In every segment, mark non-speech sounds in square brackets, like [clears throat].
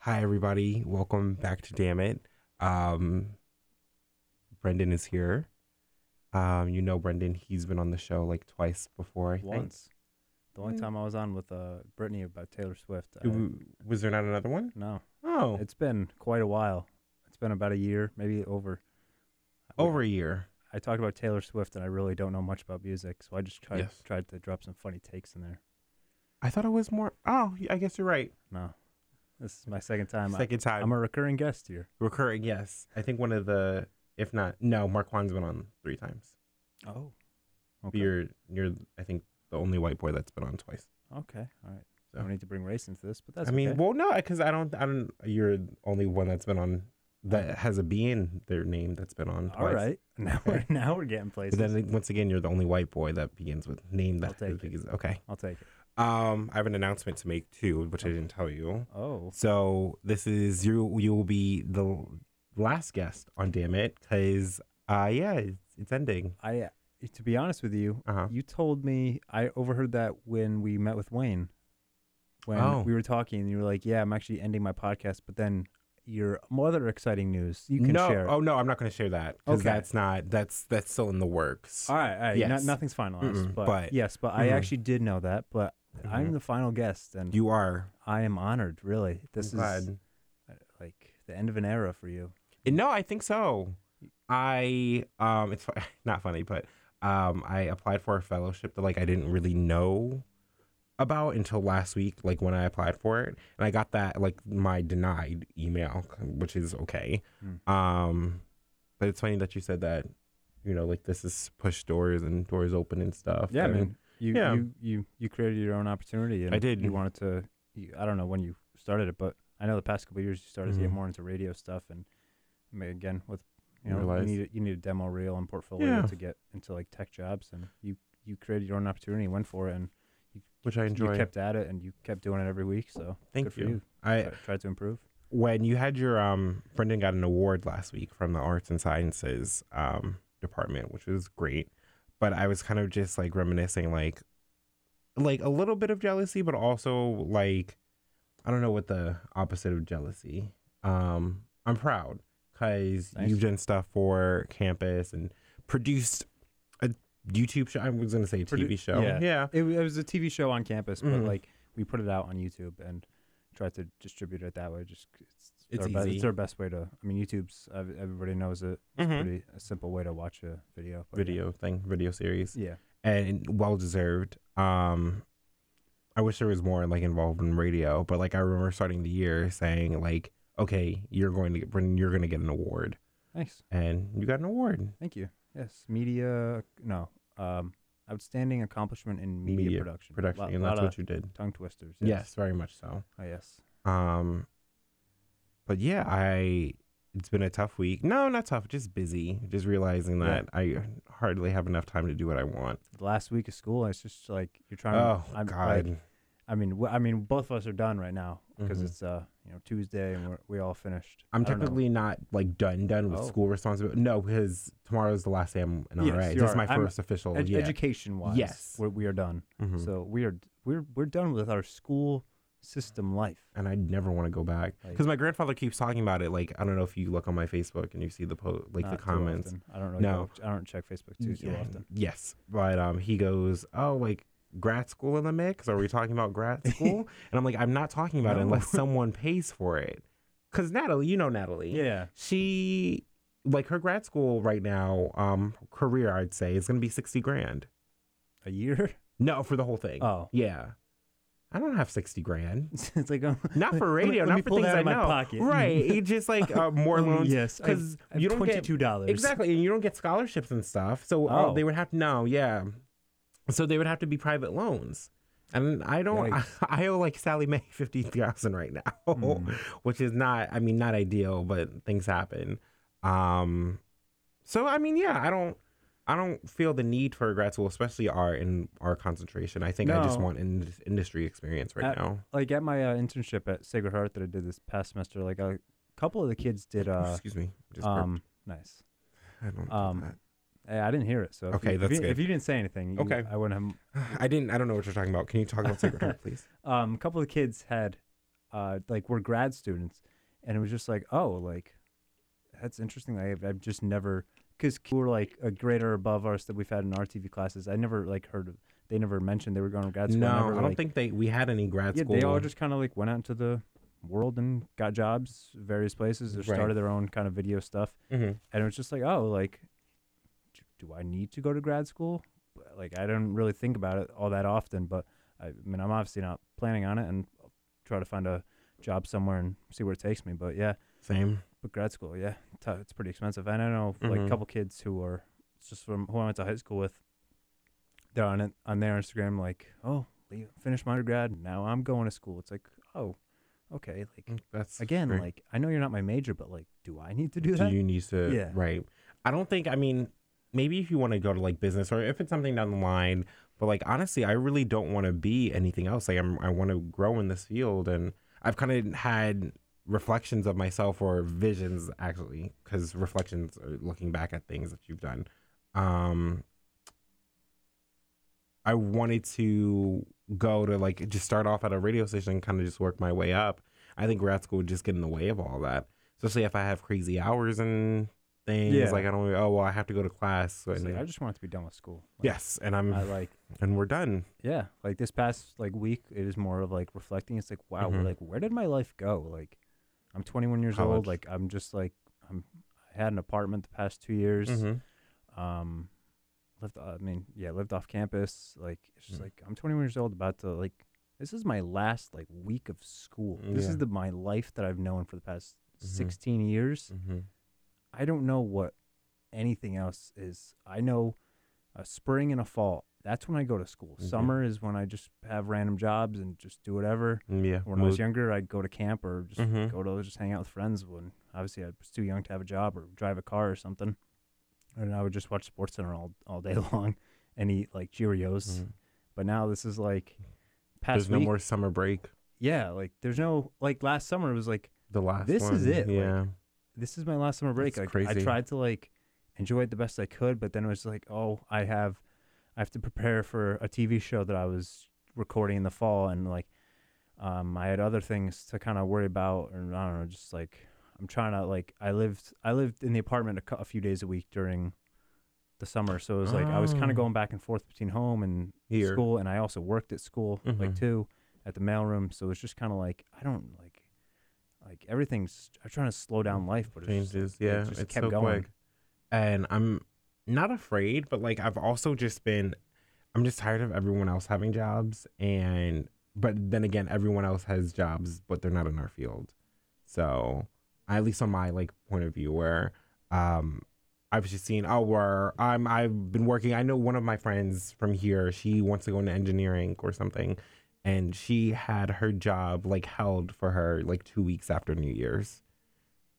Hi, everybody. Welcome back to Damn It. Um, Brendan is here. Um, you know Brendan. He's been on the show like twice before. I think. once. The only time I was on with uh, Brittany about Taylor Swift. I, Did we- was there not another one? no, Oh, it's been quite a while. It's been about a year, maybe over. we- over a year. I talked about Taylor Swift, and I really don't know much about music, so I just tried Yes. tried to drop some funny takes in there. I thought it was more. Oh, I guess you're right. No, this is my second time. Second I, time am a recurring guest here. recurring. Yes, I think one of the, if not, no, Marquand's been on three times. Oh, okay. You're, you're, I think the only white boy that's been on twice. Okay, all right. I So. don't need to bring race into this, but that's I mean, okay. well, no, because I don't, I don't. You're the only one that's been on that has a B in their name that's been on. all Twice. right. [laughs] Now we're now we're getting But places. then once again, you're the only white boy that begins with name I'll that take it. begins- Okay. I'll take it. Um, I have an announcement to make too, which I didn't tell you. Oh, So this is you. You will be the last guest on Damn It, because uh, yeah, it's, it's ending. I to be honest with you, Uh huh. You told me I overheard that when we met with Wayne. When Oh. we were talking, you were like, "Yeah, I'm actually ending my podcast," but then your other exciting news you can no, share. oh no, I'm not going to share that because Okay. that's not that's that's still in the works. All right, all right. Not, Yes. nothing's finalized, Mm-mm, but, but- yes, but I mhm. actually did know that. But I'm Mhm. the final guest, and you are. I am honored. Really, this I'm is glad. uh, like the end of an era for you. Uh, No, I think so. I um, it's fu- [laughs] not funny, but um, I applied for a fellowship that like I didn't really know about until last week, like when I applied for it, and I got that like my denied email, which is okay. Hmm. Um, but it's funny that you said that. You know, like this is push doors and doors open and stuff. Yeah, and- man. You, yeah. you you you created your own opportunity. And I did. You wanted to. You, I don't know when you started it, but I know the past couple of years you started to get Mhm. more into radio stuff, and I mean, again with you I know realized. you need a- you need a demo reel and portfolio Yeah. to get into like tech jobs, and you you created your own opportunity, went for it, and Which I enjoy. you kept at it, and you kept doing it every week. So Thank good for you. you. I Try- Tried to improve. when you had your um Brendan got an award last week from the arts and sciences um department, which was great. But I was kind of just like reminiscing like like a little bit of jealousy, but also like I don't know what the opposite of jealousy. Um I'm proud because Nice. you've done stuff for campus and produced a YouTube show. I was gonna say a Produ- TV show. yeah. yeah. It, wa- it was a TV show on campus, but Mhm. like we put it out on YouTube and tried to distribute it that way. Just it's, It's our best, easy. it's our best way to. I mean, YouTube's ev- everybody knows it. Mhm. Pretty a simple way to watch a video. but yeah. Video thing, video series. Yeah. and well deserved. Um, I wish there was more like involved in radio, but like I remember starting the year saying like, okay, you're going to get, Brendan, you're going to get an award, Nice. and you got an award. Thank you. Yes. Media. No. Um. Outstanding accomplishment in media, Media production. Production, Lot- and lot that's of what you did. tongue twisters. Yes. very much so. Oh, yes. Um, but yeah, I it's been a tough week. No, not tough, just busy. Just realizing Yeah. that I hardly have enough time to do what I want. The last week of school, it's just like you're trying. oh to, Um, I'm, God, Like, I mean, w- I mean, both of us are done right now because Mhm. it's uh, you know, Tuesday and we're, we all finished. I'm I don't know. technically not like done done with Oh. school responsibility. No, because tomorrow's the last day I'm an Yes, RA. you This is are. my I'm first official. Ed- yeah. education wise Yes. we're, we are done Mhm. so we are we're we're done with our school system life and I never want to go back Like- because my grandfather keeps talking about it. Like I don't know if you look on my Facebook and you see the po- like Not the too comments. often. i don't really No. go- i don't check facebook too too Yeah, often Yes, but um, he goes, oh, like grad school in the mix. Are we talking about [laughs] grad school? and I'm like, I'm not talking about it No. unless someone pays for it. Because Natalie, you know Natalie. yeah She like her grad school right now, um, career I'd say is gonna be sixty grand. [laughs] a year No, for the whole thing. oh [laughs] Yeah. I don't have 60 grand. it's like um, Not for [laughs] Let me- radio, let not me for pull things that out I of my know. pocket. Mm-hmm. Right. It's just like [laughs] uh, more um, loans. yes I have- Because I have you don't get. $22 Exactly. And you don't get scholarships and stuff. So uh, Oh. they would have to, no, yeah. So they would have to be private loans. And I don't, [laughs] I, Yikes. owe like Sally Mae [laughs] 50000 right now, Mm. [laughs] which is not, I mean, not ideal, but things happen. Um, so I mean, yeah, I don't, I don't feel the need for grad school, especially our in our concentration. I think I just No. want in, industry experience right At- now. like at my uh, internship at sacred heart that i did this past semester like a couple of the kids did uh Excuse me. Just burped. um nice I don't. do um, Hey, i didn't hear it so if Okay, you, that's if you, good. if you didn't say anything you- Okay. i wouldn't have [sighs] [laughs] that. I didn't. I don't know what you're talking about. Can you talk about Sacred Heart, please? um, a couple of kids had uh, like we're grad students, and it was just like, oh, like that's interesting. I I've, I've just never because Q were like a grade or above us that we've had in our TV classes. I never like heard of. They never mentioned they were going to grad school. no, never, I don't like- think they we had any grad yeah, school. they all just kind of like went out into the world and got jobs, various places, or Right. started their own kind of video stuff. Mhm. And it was just like, oh, like, d- do I need to go to grad school? Like, I don't really think about it all that often, but I mean, I'm obviously not planning on it and I'll try to find a job somewhere and see where it takes me. But yeah, same. but grad school, yeah, tou- it's pretty expensive. And I know like a Mhm. couple kids who are it's just from who I went to high school with. They're on it on their Instagram like, oh, Lee, finished my undergrad, now I'm going to school. It's like, oh, okay, like Mm, That's again, fair. like I know you're not my major, but like, do I need to do do that? you need to Yeah. right i don't think i mean maybe if you want to go to like business or if it's something down the line but like honestly i really don't want to be anything else like I'm, i want to grow in this field and i've kind of had reflections of myself or visions actually because reflections are looking back at things that you've done um i wanted to go to like just start off at a radio station and kind of just work my way up i think grad school would just get in the way of all that especially if i have crazy hours and things Yeah. like i don't oh well i have to go to class so It's and like, I then- just want it to be done with school. Like, yes and i'm I like and we're done yeah, like this past like week, it is more of like reflecting. It's like wow, Mhm. like where did my life go? Like, I'm 21 years College. old. Like I'm just like I'm. I had an apartment the past two years. Mhm. um lived i mean yeah lived off campus like it's just Mm. like i'm 21 years old about to like this is my last like week of school this Yeah. is the my life that i've known for the past Mhm. 16 years Mhm. i don't know what anything else is i know a spring and a fall that's when i go to school Mhm. summer is when i just have random jobs and just do whatever yeah when i was Well, younger i'd go to camp or just Mhm. go to just hang out with friends when obviously i was too young to have a job or drive a car or something and i would just watch sports center all, all day [laughs] long and eat like cheerios Mhm. but now this is like past there's no week- more summer break yeah like there's no like last summer was like the last This is one. it, like, yeah this is my last summer break That's like i crazy. tried to like enjoy it the best i could but then it was like oh i have i have to prepare for a tv show that i was recording in the fall and like um, I had other things to kind of worry about, and I don't know, just like I'm trying to like I lived I lived in the apartment a, cou- a few days a week during the summer, so it was like I was kind Oh. of going back and forth between home and Here. school, and I also worked at school like Mhm. too at the mailroom, so it was just kind of like I don't like like everything's I'm trying to slow down life, but it's just, changes. it yeah, just it's kept so going. quick. And I'm not afraid, but like I've also just been, I'm just tired of everyone else having jobs, and but then again, everyone else has jobs, but they're not in our field. So, at least on my like point of view, where um, I've just seen oh, where I'm, I've been working. I know one of my friends from here. She wants to go into engineering or something. And she had her job like held for her like two weeks after New Year's.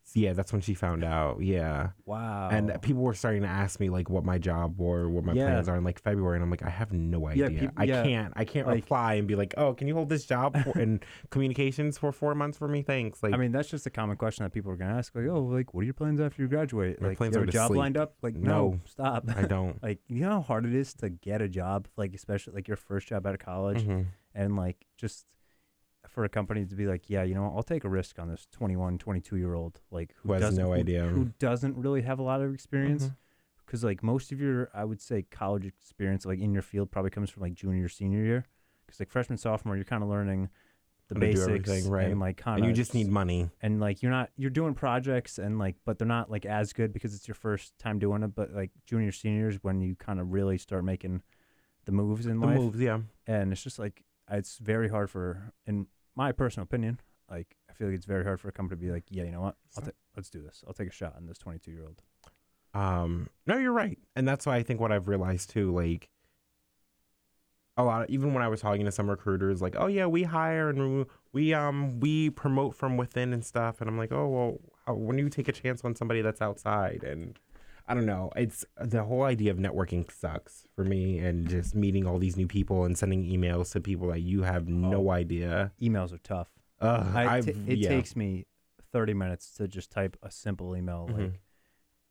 So, yeah, that's when she found out. Yeah. wow, And uh, people were starting to ask me like what my job or what my Oh. Yeah. plans are in like February, and I'm like, I have no Yeah, idea. peop- I yeah. can't. I can't Like- reply and be like, oh, can you hold this job [laughs] for, in communications for four months for me? Thanks. Like, I mean, that's just a common question that people are gonna ask. Like, oh, like, what are your plans after you graduate? My like, plans you are have a to job sleep. lined up? Like, No. no, stop. [laughs] I don't. like, you know how hard it is to get a job, like especially like your first job out of college, Mhm. and like just for a company to be like, yeah, you know, what, I'll take a risk on this 21, 22 year old, like Who has doesn't- no idea. who doesn't really have a lot of experience. Mhm. Because like most of your, I would say, college experience, like in your field, probably comes from like junior, senior year. Because like freshman, sophomore, you're kind of learning the How to do basics, everything, right. And like kind And you just need money. and like you're not you're doing projects and like but they're not like as good because it's your first time doing it but like junior seniors when you kind of really start making the moves in The life moves, yeah. and it's just like it's very hard for in my personal opinion like i feel like it's very hard for a company to be like yeah you know what I'll ta- let's do this i'll take a shot on this 22 year old Um, no, you're right, and that's why I think what I've realized too, like a lot. Of, even when I was talking to some recruiters, like, oh yeah, we hire and we, we um we promote from within and stuff, and I'm like, oh well, how, when do you take a chance on somebody that's outside? And I don't know, it's the whole idea of networking sucks for me, and just meeting all these new people and sending emails to people that you have no idea. emails are tough Ugh, Oh. I Uh, I've- t- it yeah. takes me 30 minutes to just type a simple email Mhm. like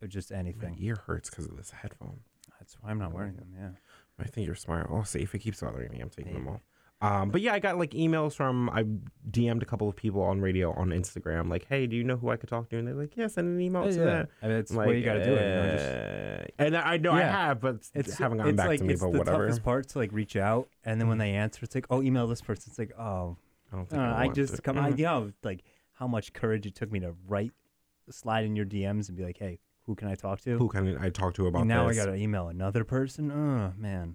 or just my anything ear hurts because of this headphone. that's why i'm not wearing them yeah I think you're smart. I'll see if it keeps bothering me. I'm taking them off. Um, but yeah, I got like emails from I DM'd a couple of people on radio on Instagram, like, "Hey, do you know who I could talk to?" And they're like, "Yeah, send an email to that." I mean, Oh, it's Like, what you got to do. it, You know, just, uh, and I I know I Yeah. have, but it's it's haven't gotten it's back like, to me. It's But the whatever. Mm-hmm. toughest part to like reach out, and then when they answer, it's like, oh, email this person. It's like, oh, I, don't uh, think I want to. just come. I, Mhm. you know, like how much courage it took me to write, slide in your DMs and be like, hey, who can I talk to? Who can I talk to about And now this? I got to email another person. Oh man,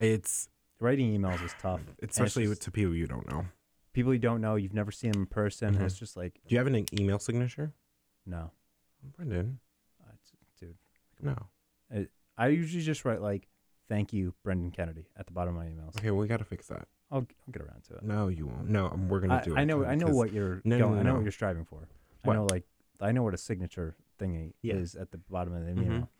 it's writing emails is tough, especially just- with to people you don't know. People you don't know, you've never seen them in person. And Mhm. it's just like, Do you have an email signature, no, Brendan? Uh, it's- dude. No. I usually just write like, thank you, Brendan Kennedy, at the bottom of my emails. Okay, well, we got to fix that. I'll, I'll get around to it. No, you won't. No, um, we're gonna I, do it. I know. I know 'cause- what you're No, no, going. I know no, what no. you're striving for. What? I know, like, I know what a signature thingy Yeah. is at the bottom of the Mhm. email.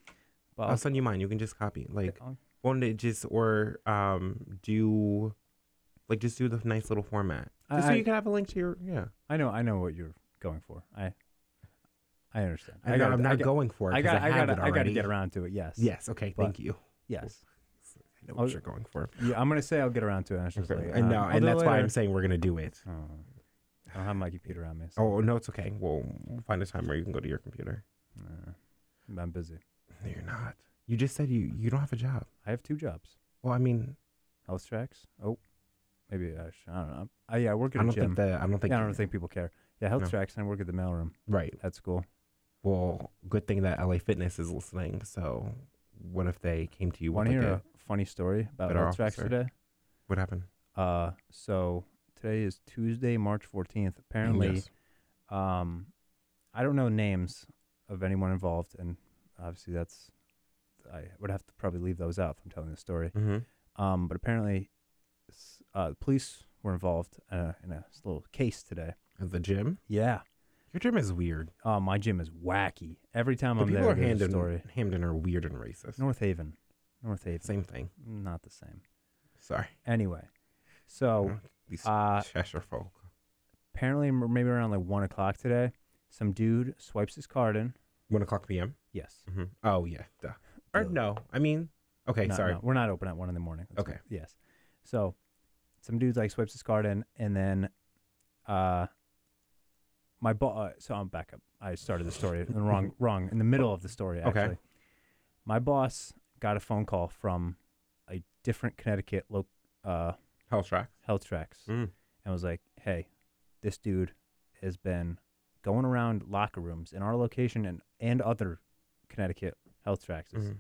But I'll send you mine. You can just copy. Like, I'll- won't it just or um do, like, just do the nice little format, I- just so I- you can have a link to your yeah. I know. I know what you're going for. I, I understand. I know, gotta- I'm not I got, going for it. I 'cause got. I have got. it I got to already. get around to it. Yes. Yes. Okay. But- Thank you. Yes. I know what I'll- you're going for. Yeah, I'm gonna say I'll get around to it. and it's just Okay. like, I uh, know, I'll and do it that's why later. I'm saying we're gonna do it. Oh, I don't have my computer on me. So, Oh no, it's okay. We'll we'll find a time where you can go to your computer. uh, I'm busy. No, you're not. You just said you you don't have a job. I have two jobs. Well, I mean, Health tracks. Oh, maybe I, should, I don't know. I, yeah, I work at I a don't gym. think that I don't think yeah, I don't think people care. Yeah, health No. tracks. And I work at the mailroom right. at school. Well, good thing that LA Fitness is listening. So, what if they came to you? Want with to like hear a- a funny story about better health tracks officer. today? what happened? Uh, so today is Tuesday, March 14th. Apparently, Yes. um, I don't know names of anyone involved, and obviously that's I would have to probably leave those out if I'm telling this story. Mhm. Um, but apparently, s- uh, the police were involved uh, in a s- little case today. At the gym, Yeah. your gym is weird. Oh, my gym is wacky. Every time The I'm people there, at there's a Hamden, story. Hamden are weird and racist. North Haven, North Haven, Same thing. not the same. Sorry, Anyway, so these uh, Cheshire folk. apparently, m- maybe around like one o'clock today, some dude swipes his card in. One o'clock p.m. Yes. hmm Oh yeah, duh. Or Duh. no, I mean, okay, Mm-hmm. No, sorry. no, we're not open at one in the morning. That's Okay. what- yes. So, some dude like swipes his card in, and then, uh, my boss. so I'm back up. I started the story in [laughs] the wrong, wrong in the middle of the story. Okay. Actually, my boss got a phone call from a different Connecticut lo- uh, Hell track. health tracks Mm. and was like, "Hey, this dude has been going around locker rooms in our location and and other Connecticut health tracks, Mhm.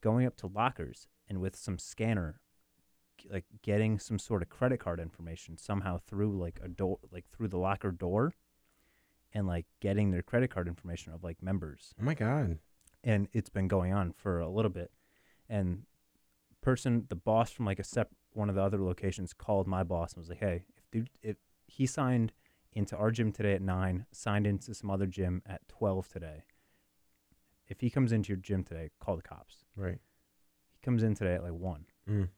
going up to lockers and with some scanner, g- like getting some sort of credit card information somehow through like a door, like through the locker door, and like getting their credit card information of like members, Oh my god. and it's been going on for a little bit, and person the boss from like a sep one of the other locations called my boss and was like, "Hey, if dude, if he signed into our gym today at nine, signed into some other gym at twelve today, if he comes into your gym today, call the cops." Right. He comes in today at like one, Mm.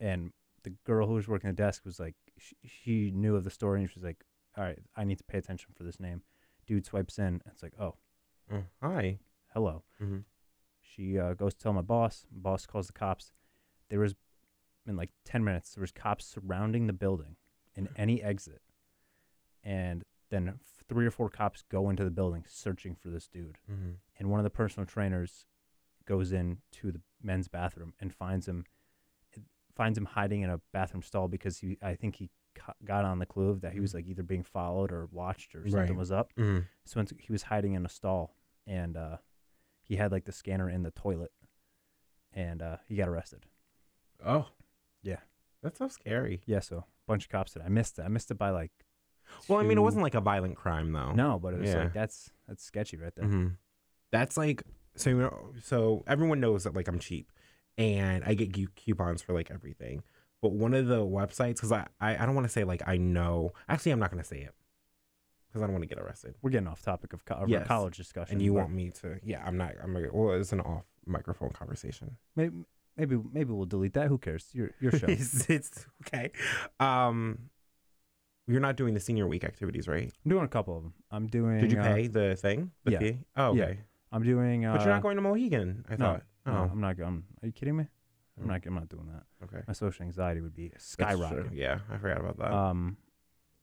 and the girl who was working the desk was like, she, she knew of the story and she was like, "All right, I need to pay attention for this name." Dude swipes in, and it's like, "Oh, Oh, hi. hello." Mhm. She uh, goes to tell my boss. My boss calls the cops. There was, in like 10 minutes, there was cops surrounding the building in any exit. And then f- three or four cops go into the building searching for this dude. Mhm. And one of the personal trainers goes in to the men's bathroom and finds him finds him hiding in a bathroom stall because he I think he co- got on the clue of that he was like either being followed or watched or something Right. was up. Mhm. So once he was hiding in a stall, and uh, he had like the scanner in the toilet, and uh, he got arrested. Oh. Yeah. That's so scary. Yeah, so a bunch of cops did. I missed it. I missed it by like. Well, I mean, it two- wasn't like a violent crime though. No, but it was Yeah. like that's that's sketchy right there. hmm That's like so. You know, so everyone knows that like I'm cheap, and I get cu- coupons for like everything. But one of the websites, because I, I I don't want to say like I know. Actually, I'm not gonna say it because I don't want to get arrested. We're getting off topic of, co- of our Yes. college discussion. And you but want me to? Yeah, I'm not. I'm. Like, well, it's an off microphone [laughs] conversation. maybe maybe maybe we'll delete that. Who cares? Your your [laughs] show. I'm it's, it's okay. Um, you're not doing the senior week activities, right? doing a couple of them. I'm doing. Did you uh, pay the thing? The yeah. fee? Oh, Yeah. okay. I'm doing. Uh, But you're not going to Mohegan. I no, thought. no, oh. I'm not going. Are you kidding me? I'm not. I'm not doing that. Okay. My social anxiety would be That's true. skyrocketing. Yeah, I forgot about that. Um,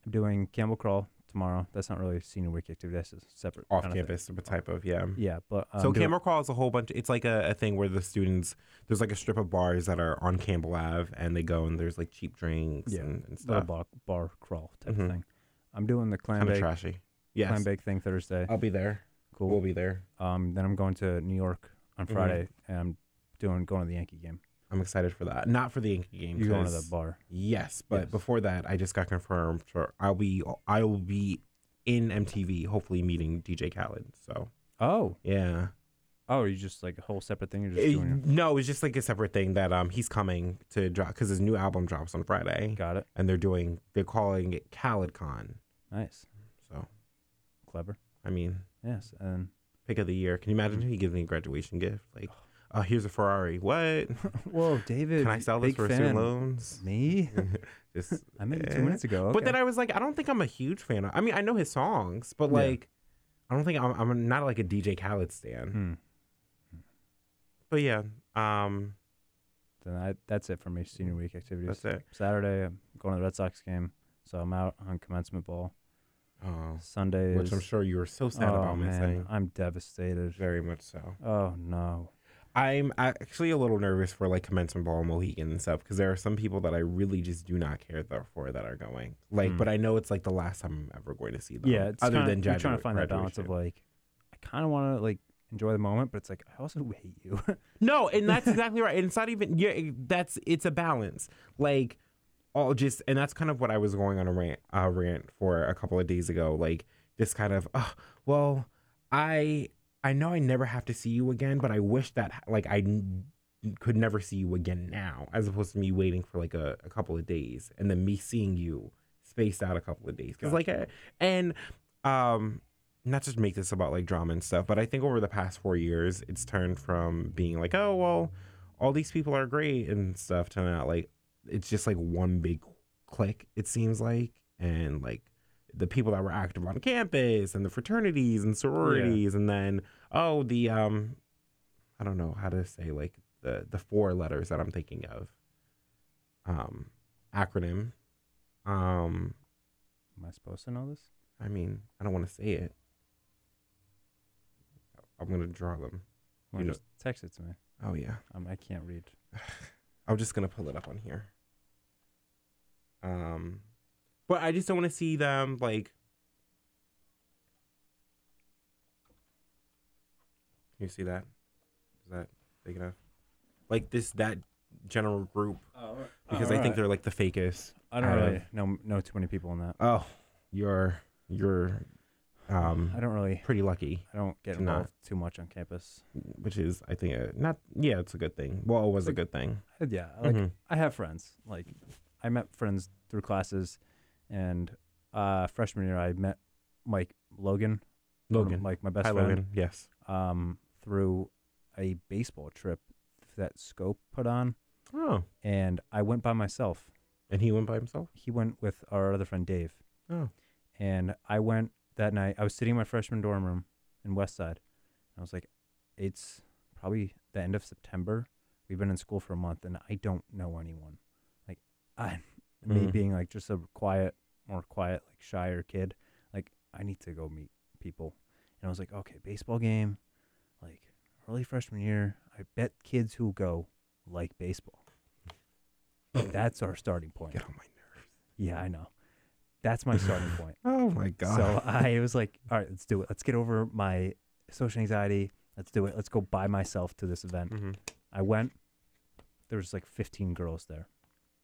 I'm doing Campbell Crawl tomorrow. That's not really a senior week activity. That's a separate Off kinda thing. Oh. campus type of type of yeah. Yeah, but um, so Campbell Crawl is a whole bunch. It's like a, a thing where the students there's like a strip of bars that are on Campbell Ave, and they go and there's like cheap drinks Yeah. and, and little stuff. bar, bar crawl type Mhm. of thing. I'm doing the clam Kind of bake, trashy. clam Yes, bake thing Thursday. I'll be there. cool. We'll be there. Um, then I'm going to New York on Mhm. Friday, and I'm doing going to the Yankee game. I'm excited for that. Not for the Yankee game. You going to 'cause- the bar? Yes, but Yes. before that, I just got confirmed. For, I'll be I will be in MTV, hopefully meeting DJ Khaled. So Oh, yeah, oh, you just like a whole separate thing. You're just It- doing. your- no, it's just like a separate thing that um he's coming to drop because his new album drops on Friday, Got it. and they're doing they're calling it Khaled Con. Nice, So clever. I mean, Yes, and [laughs] pick of the year. Can you imagine if he gives me a graduation gift? Like, oh, here's a Ferrari. What? [laughs] whoa, David. Can I sell this big for fan. student [laughs] loans? [laughs] Me? Just I met you Eh. two minutes ago. But then I was like, I don't think I'm a huge fan. Of, I mean, I know his songs, but Yeah. like, I don't think I'm, I'm not like a DJ Khaled stan. Hmm. But yeah, um, Then I, that's it for me. Senior week activities. that's it. Saturday, I'm going to the Red Sox game, so I'm out on commencement ball. Oh, Sunday which is- I'm sure you were so sad oh, about man, missing. I'm devastated. Very much so. Oh no. I'm actually a little nervous for like commencement ball Mohegan and stuff because there are some people that I really just do not care tho- for that are going. Like, Hmm. but I know it's like the last time I'm ever going to see them. yeah, it's other kinda, than you're trying gradua- to find that balance of graduation. like, I kind of want to like enjoy the moment, but it's like I also [laughs] hate you. No, and that's exactly right. And it's not even yeah. it- That's it's a balance. Like all just and that's kind of what I was going on a rant uh, rant for a couple of days ago. Like this kind of oh, well, I I know I never have to see you again, but I wish that like I n- could never see you again now, as opposed to me waiting for like a, a couple of days and then me seeing you spaced out a couple of days because like I, and um not just make this about like drama and stuff, but I think over the past four years, it's turned from being like, oh, well, all these people are great and stuff to now like it's just like one big click, it seems like. And like the people that were active on campus and the fraternities and sororities, and then, oh, the, um, I don't know how to say like the, the four letters that I'm thinking of, um, acronym. Um, Am I supposed to know this? I mean, I don't want to say it. I'm gonna draw them. Well, You know- just text it to me. Oh yeah, Um, I can't read. I'm just gonna pull it up on here. Um, but I just don't want to see them like. You see that? Is that big enough? Like this, that general group, because I think they're like the fakest. I don't out really know know too many people in that. Oh, you're you're, um, I don't really. pretty lucky. I don't get do not. involved too much on campus. which is I think a, not yeah, it's a good thing. Well, it was a good thing. Uh, Yeah, like Mhm. I have friends. Like I met friends through classes, and uh, freshman year I met Mike Logan, one of- Logan, like my best hi friend, Logan, yes. um, through a baseball trip that Scope put on, Oh, and I went by myself. and he went by himself. He went with our other friend Dave, Oh, and I went that night. I was sitting in my freshman dorm room in West Side. I was like, it's probably the end of September. We've been in school for a month, and I don't know anyone. Like, I, me Mm. being like just a quiet, more quiet, like shyer kid. Like, I need to go meet people. And I was like, okay, baseball game, like early freshman year. I bet kids who go like baseball. That's our starting point. get on my Yeah, I know. That's [laughs] my starting point. nerves. Oh my god. So uh, [laughs] I was like, all right, let's do it. Let's get over my social anxiety. Let's do it. Let's go by myself to this event. Mhm. I went. There was like 15 girls there.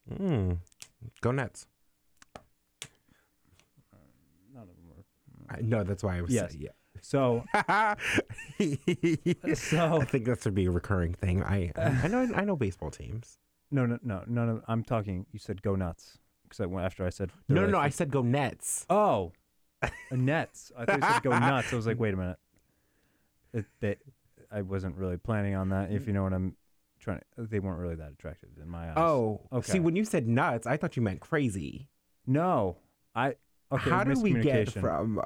Mm. Go Nets. None of them were. I, no, that's why I was Yes. saying So, yeah. so [laughs] I think that should be a recurring thing. I I know I know baseball teams. no, no, no, no, no. I'm talking. You said go nuts because I went after I said No, there no, were, no. I like, said go Nets. fif- oh, uh, nets. I thought you said go nuts. I was like, wait a minute. It, they, I wasn't really planning on that. If you know what I'm trying to, they weren't really that attractive in my eyes. Oh, Okay. see, when you said nuts, I thought you meant crazy. no, I. Okay, How did we get miscommunication. from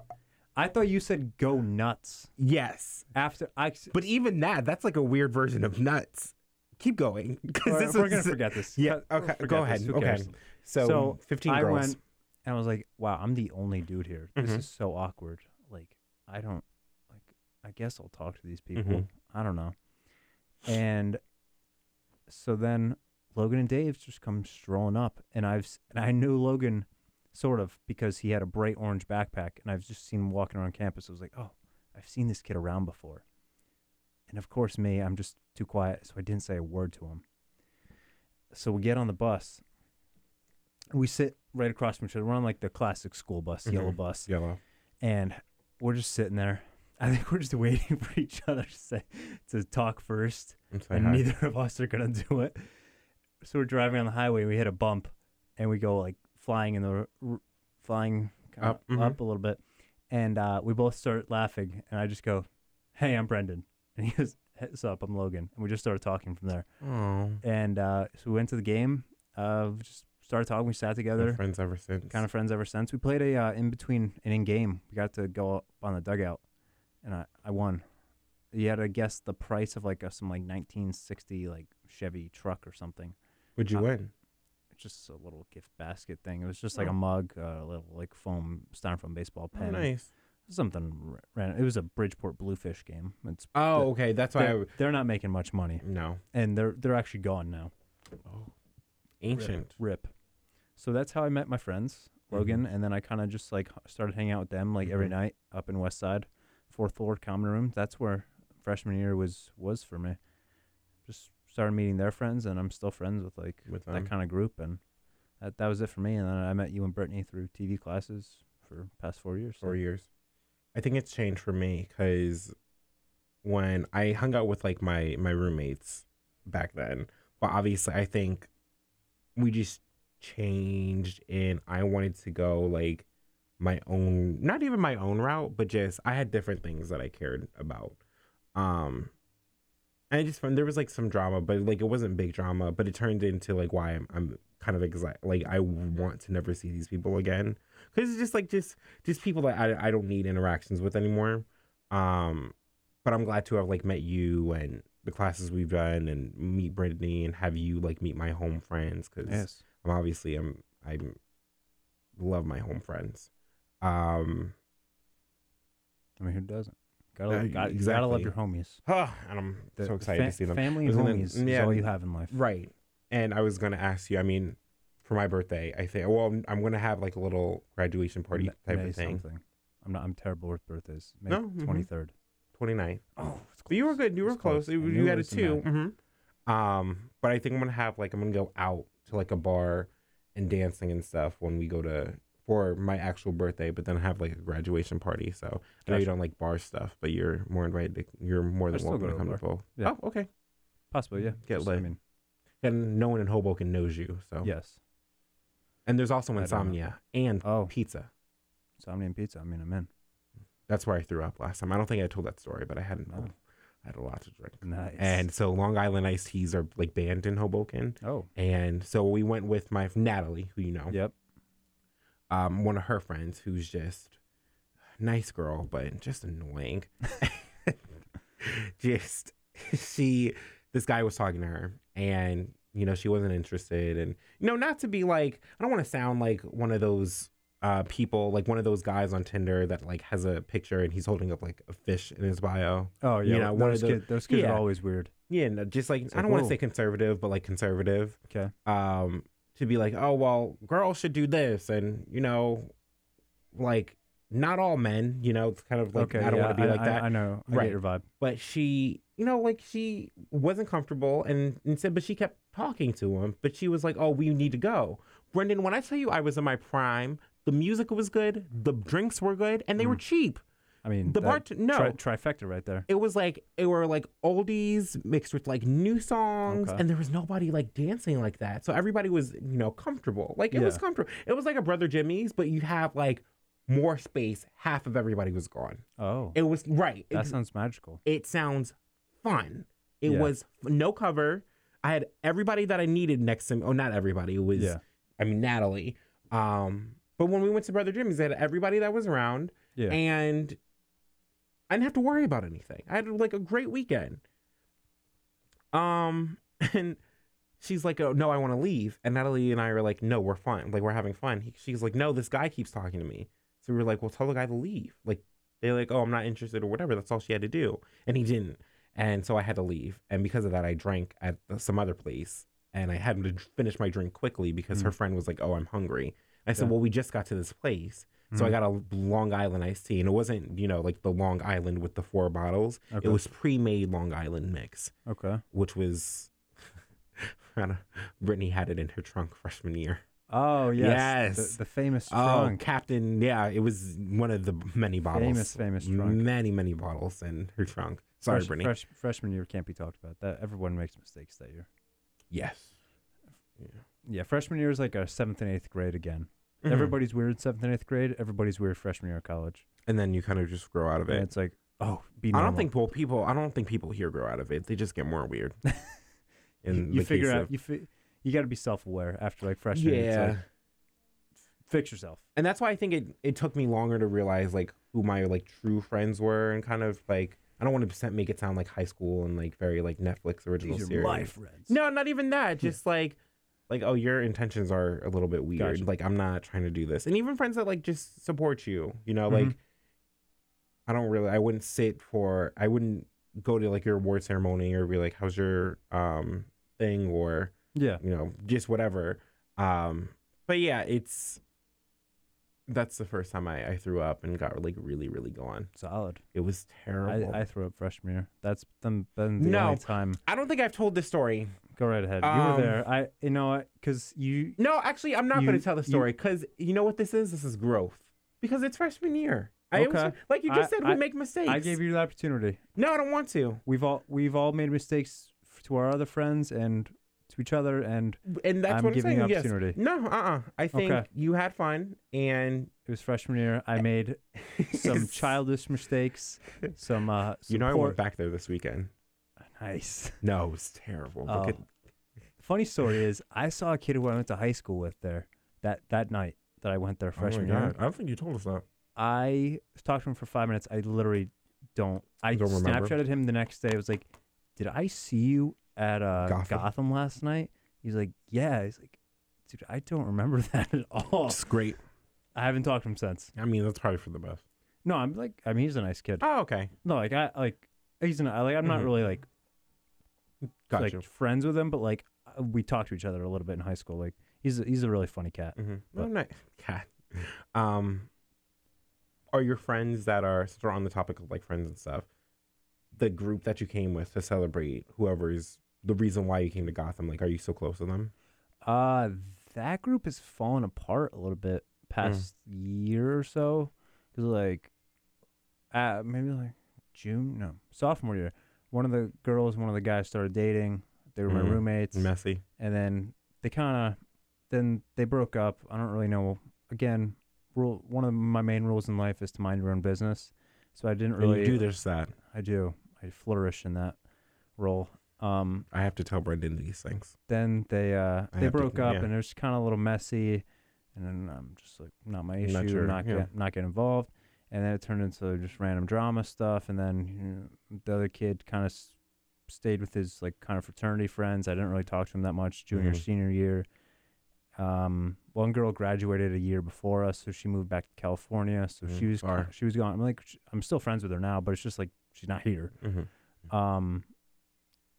I thought you said go nuts yes? after I. But even that, that's like a weird version of nuts. keep going because [laughs] We're, this we're is gonna forget this. yeah, Cut- we'll okay, forget go this. ahead, Who okay. cares? so, So, 15 I girls. went and I was like, "Wow, I'm the only dude here. This Mhm. is so awkward. Like, I don't like. I guess I'll talk to these people. Mhm. I don't know." And so then Logan and Dave just come strolling up, and I've s- and I knew Logan sort of because he had a bright orange backpack, and I've just seen him walking around campus. I was like, "Oh, I've seen this kid around before." And of course, me, I'm just too quiet, so I didn't say a word to him. So we get on the bus. We sit right across from each other. We're on like the classic school bus, yellow Mhm. bus, yellow. and we're just sitting there. I think we're just [laughs] waiting for each other to say, to talk first, I'm sorry. and neither [laughs] of us are gonna do it. So we're driving on the highway. We hit a bump, and we go like flying in the r- r- flying kinda Up, mhm. up a little bit, and uh, we both start laughing. And I just go, "Hey, I'm Brendan," [laughs] and he goes, "Hey, "What's up? I'm Logan." And we just started talking from there. Oh, And uh, so we went to the game. Uh, we just started talking. We sat together, friends ever since. kind of friends ever since. We played a uh, in between and in game. We got to go up on the dugout, and I, I won. You had to guess the price of like a, some like 1960 like Chevy truck or something. Would you uh, win? It's just a little gift basket thing. It was just like Oh. a mug, uh, a little like foam styrofoam baseball Oh, pen, nice. something r- random. It was a Bridgeport Bluefish game. It's Oh, okay. That's why. I, they're, w- they're not making much money, no. and they're they're actually gone now. Oh, ancient. Rip. So that's how I met my friends, Mm-hmm. Logan, and then I kind of just like h- started hanging out with them like every Mhm. night up in West Side, fourth floor common room. That's where freshman year was was for me. Just started meeting their friends, and I'm still friends with like With them. that kind of group, and that that was it for me. And then I met you and Brittany through TV classes for past four years. so- four years. I think it's changed for me because when I hung out with like my my roommates back then, well, obviously I think we just changed, and I wanted to go like my own, not even my own route, but just I had different things that I cared about. Um, and I just found there was like some drama, but like it wasn't big drama, but it turned into like why I'm I'm kind of exi- like I want to never see these people again because it's just like just just people that I, I don't need interactions with anymore. Um, but I'm glad to have like met you and the classes we've done and meet Brittany and have you like meet my home friends because Yes. I'm obviously I'm I love my home friends. Um, I mean, who doesn't? Gotta, Uh, love- gotta, you gotta love exactly. your homies. and I'm The- so the excited fa- to see them. Family I was and gonna- homies yeah, is all you have in life. Right. And I was gonna ask you. I mean, for my birthday, I think. Well, I'm, I'm gonna have like a little graduation party Ma- type May of thing. Something. I'm not. I'm terrible with birthdays. May No, mhm. 23rd. 29. Oh, But you were good. You It were was close. close. You, I knew you it got a was in that. 2 Mm-hmm. Um, but I think I'm gonna have like I'm gonna go out to like a bar and dancing and stuff when we go to for my actual birthday. But then have like a graduation party. So I know Gotcha. you don't like bar stuff, but you're more invited. To, you're more I than still welcome go to to a come to both. Yeah. Oh, okay. Possibly, yeah. Get Just, I lit. Oh. mean, And no one in Hoboken knows you. So yes. And there's also I don't know. insomnia and Oh, pizza. Somni and pizza. I mean, I'm in. That's where I threw up last time. I don't think I told that story, but I had an, No. I had a lot to drink. Nice. And so Long Island iced teas are like banned in Hoboken. oh, And so we went with my Natalie, who you know, yep. um, one of her friends who's just a nice girl, but just annoying. [laughs] just she this guy was talking to her and you know, she wasn't interested and you know, not to be like I don't want to sound like one of those uh, people like one of those guys on Tinder that like has a picture and he's holding up like a fish in his bio. Oh, yeah. You know, one of those, the- kid, those kids yeah. are always weird. Yeah, no, just like, It's I like, don't want to whoa. say conservative, but like conservative. Okay. Um, to be like, oh well, girls should do this, and you know, like not all men. You know, it's kind of like okay. I don't yeah, want to be I, like I- that. I know. I Right. get your vibe. but she, you know, like she wasn't comfortable, and, and said, but she kept talking to him. But she was like, oh, we need to go, Brendan. When I tell you, I was in my prime. The music was good, the drinks were good, and they were cheap. I mean, The Mm. that bart no, tri- trifecta right there. it was like it were like oldies mixed with like new songs Okay. and there was nobody like dancing like that so everybody was you know comfortable like it was Yeah. comfortable it was like a brother jimmy's but you have like more space half of everybody was gone Oh, it was right that it, sounds magical. it sounds fun it Yeah. was no cover i had everybody that i needed next to me oh not everybody it was Yeah. i mean natalie um but when we went to brother jimmy's they had everybody that was around Yeah. and I didn't have to worry about anything. I had like a great weekend. Um, [laughs] And she's like, oh, no, I want to leave. And Natalie and I are like, no, we're fine. Like, we're having fun. He, she's like, no, this guy keeps talking to me. So we were like, well, tell the guy to leave. Like, they're like, oh, I'm not interested or whatever. That's all she had to do. And he didn't. And so I had to leave. And because of that, I drank at some other place. And I had to finish my drink quickly because her friend was like, oh, I'm hungry. I said, Mm. Yeah. well, we just got to this place. So I Mhm. got a Long Island iced tea. And it wasn't, you know, like the Long Island with the four bottles. Okay. It was pre made Long Island mix okay. which was [laughs] Brittany had it in her trunk freshman year. Oh yes, Yes. The, the famous Oh, trunk. Captain! Yeah, it was one of the many bottles. Famous, famous trunk. Many, many bottles in her trunk. Sorry, Fresh- Brittany. fresh- freshman year can't be talked about. That everyone makes mistakes that year. Yes. Yeah, freshman year is like a seventh and eighth grade again. Mhm. Everybody's weird seventh and eighth grade. Everybody's weird freshman year of college. Mm-hmm. And then you kind of just grow out of And it. it's like, oh, be I normal. don't think well people. I don't think people here grow out of it. They just get more [laughs] weird. In you the figure case out. of- You fi- you got to be self aware after like freshman. year. It's yeah. like, fix yourself. and that's why I think it it took me longer to realize like who my like true friends were and kind of like I don't want to make it sound like high school and like very like Netflix original These are series. my friends. No, not even that. Just like like oh your intentions are a little bit weird. Gotcha. Like I'm not trying to do this. And even friends that like just support you, you know, Mhm. like I don't really I wouldn't sit for I wouldn't go to like your award ceremony or be like how's your um thing or Yeah. you know, just whatever. Um, but yeah, it's that's the first time I, I threw up and got like really, really gone. Solid. It was I, terrible. I, I threw up freshman year. That's been, been the No. only time. don't think I've told this story. Go right ahead. you Um, were there. I, you know, because you, No, actually, I'm not You- going to tell the you- story because you know what this is? This is growth because it's freshman year. I always, Okay. like you just I- said, I- we make mistakes. I gave you the opportunity. no, I don't want to. we've all we've all made mistakes f- to our other friends and to each other and And that's I'm what I'm giving you saying. Yes. opportunity. No, uh uh I think Okay. you had fun and [laughs] it was freshman year i made some childish mistakes some uh You know, I support- went back there this weekend. nice No, it was terrible. Look Oh. at- funny story is i saw a kid who i went to high school with there that that night that i went there Oh my freshman God. year I don't think you told us that. i talked to him for five minutes i literally don't i Don't remember. snapchatted him the next day i was like did i see you at uh Gotham? gotham last night he's like yeah he's like dude i don't remember [laughs] that at all It's great. i haven't talked to him since I mean, that's probably for the best. No, I'm like, I mean, he's a nice kid. Oh, okay. No, like, I like, he's an, I like, I'm not Mhm. really like, Gotcha. like friends with him, but like, uh, we talked to each other a little bit in high school. Like, he's a, he's a really funny cat. mm-hmm. but- no, God. Um, are your friends that are since we're on the topic of like friends and stuff, the group that you came with to celebrate whoever's the reason why you came to Gotham? Like, are you so close to them? Uh, that group has fallen apart a little bit past year or so, because like, uh, maybe like June, no, sophomore year, one of the girls, and one of the guys started dating. They were my Mhm. roommates. Messy. and then they kind of then they broke up. I don't really know. Again, rule one of my main rules in life is to mind your own business. So I didn't Really? really do there's that. I do. I flourish in that role. Um, I have to tell Brendan these things. then they I uh, they have to- broke up, yeah. and it was kind of a little messy. And then I'm just like, not my issue. Not Not, sure, not, yeah. get, not get involved. And then it turned into just random drama stuff. And then you know, the other kid kind of s- stayed with his like kind of fraternity friends. I didn't really talk to him that much junior Mhm. senior year. Um, one girl graduated a year before us, so she moved back to California. So Mm, she was far. she was gone. I'm like, sh- I'm still friends with her now, but it's just like she's not here. Mm-hmm. Um,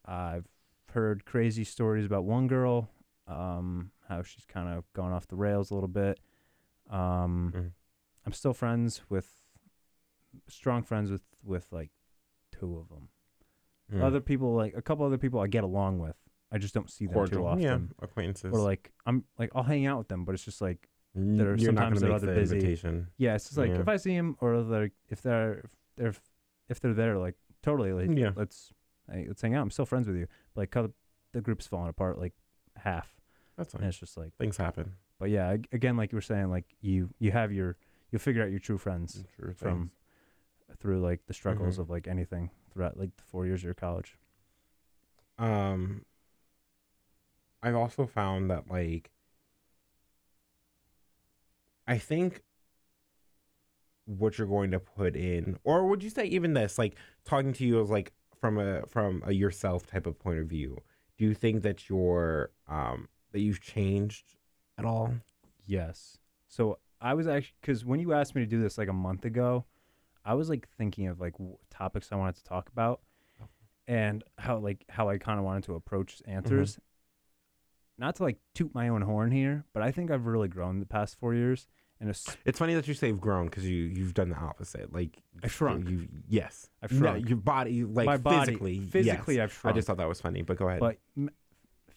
I've heard crazy stories about one girl, um, how she's kind of gone off the rails a little bit. Um, Mhm. I'm still friends with, strong friends with, with like two of them. Mm. Mm-hmm. Other people, like a couple other people I get along with. I just don't see them too often. yeah, acquaintances. Or like, I'm like, I'll hang out with them, but it's just like, N- that are You're not gonna sometimes they're make rather the busy. invitation. yeah, it's just like Yeah. if I see them or like if they're, if they're, if they're there, like totally, like, Yeah. let's hey, let's hang out. I'm still friends with you. But like cut- the group's falling apart like half, That's and fine. it's just like, Things happen. but yeah, ag- again, like you were saying, like you you have your you figure out your true friends Sure from Mm, things. through like the struggles Mhm. of like anything throughout like the four years of your college. um i've also found that like i think what you're going to put in or would you say even this like talking to you is like from a from a yourself type of point of view do you think that your um that you've changed at all? Yes. So I was actually because when you asked me to do this like a month ago, I was like thinking of like w- topics I wanted to talk about, Oh. and how like how I kind of wanted to approach answers. Mm-hmm. Not to like toot my own horn here, but I think I've really grown the past four years, and es- It's funny that you say you've grown because you you've done the opposite. Like I shrunk. You yes, I've No, shrunk. your body like my body physically yes. physically I've I shrunk, just thought that was funny, but go ahead. but m-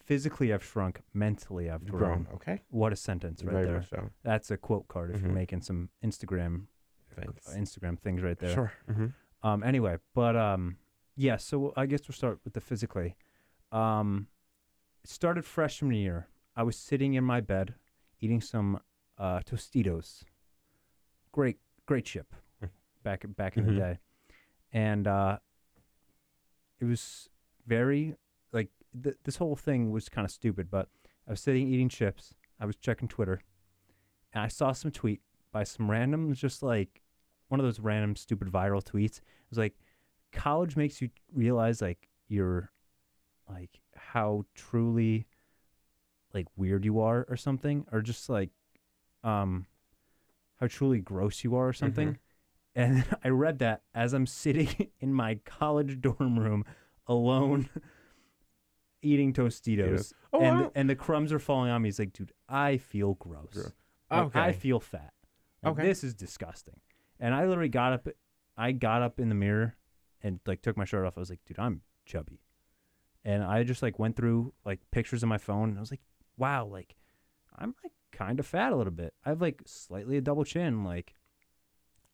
physically I've shrunk, mentally I've grown. grown. okay. What a sentence right Very there. much so. That's a quote card if Mhm. you're making some Instagram Thanks. Instagram things right there. Sure. hmm Um. Anyway, but um. Yeah. So I guess we'll start with the physically. Um, it started freshman year. I was sitting in my bed, eating some uh, Tostitos. Great, great chip. Mm. Back back in Mhm. the day, and uh, it was very like th- this whole thing was kind of stupid. But I was sitting eating chips. I was checking Twitter, and I saw some tweet by some random, just like one of those random stupid viral tweets. It was like, college makes you realize like you're, like how truly, like weird you are or something, or just like, um, how truly gross you are or Mm-hmm. something. And [laughs] I read that as I'm sitting [laughs] in my college dorm room alone, [laughs] eating Tostitos Oh, and wow. and the crumbs are falling on me. He's like, dude, I feel gross. Gross. Like, I Oh, Okay. feel fat. Like, Okay. This is disgusting. And I literally got up. I got up in the mirror and like took my shirt off. I was like, dude, I'm chubby. And I just like went through like pictures on my phone and I was like, wow, like I'm like kind of fat a little bit. I have like slightly a double chin. Like,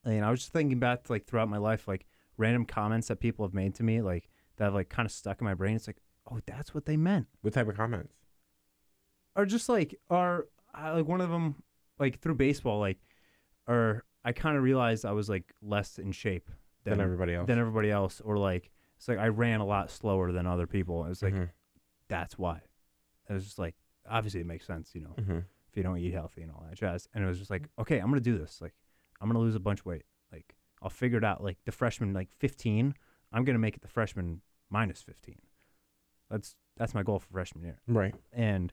and I was just thinking back to like throughout my life, like random comments that people have made to me, like that have like kind of stuck in my brain. It's like, oh, that's what they meant what type of comments? are just like are I, like one of them like through baseball like or I kind of realized I was like less in shape Than, than everybody else. than everybody else or like it's like I ran a lot slower than other people. It was like Mhm. that's why. It was just like obviously it makes sense, you know, Mhm. if you don't eat healthy and all that jazz. And it was just like, okay, I'm gonna do this. Like I'm gonna lose a bunch of weight. Like I'll figure it out. Like the freshman like 15, I'm gonna make it the freshman minus 15. That's that's my goal for freshman year Right. and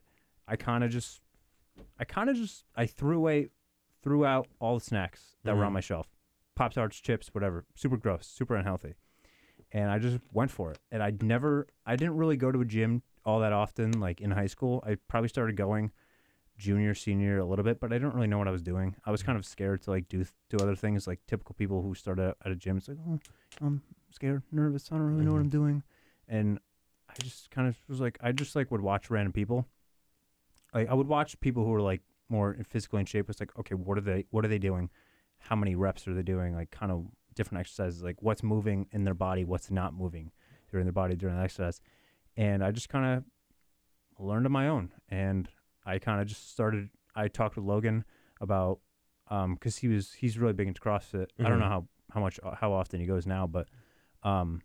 I kind of just, I kind of just, I threw away, threw out all the snacks that were on Mhm. my shelf, pop tarts, chips, whatever, super gross, super unhealthy, and I just went for it. And I never, I didn't really go to a gym all that often, like in high school. I probably started going junior, senior a little bit, but I didn't really know what I was doing. I was kind of scared to like do do other things, like typical people who start out at a gym. It's like, oh, I'm scared, nervous, I don't really know what Mhm. I'm doing, and I just kind of was like, I just like would watch random people. Like I would watch people who were like more in- physically in shape. It's like, okay, what are they? What are they doing? How many reps are they doing? Like kind of different exercises. Like what's moving in their body? What's not moving during their body during the exercise? And I just kind of learned on my own. And I kind of just started. I talked with Logan about um because he was he's really big into CrossFit. I Mhm. don't know how how much how often he goes now, but um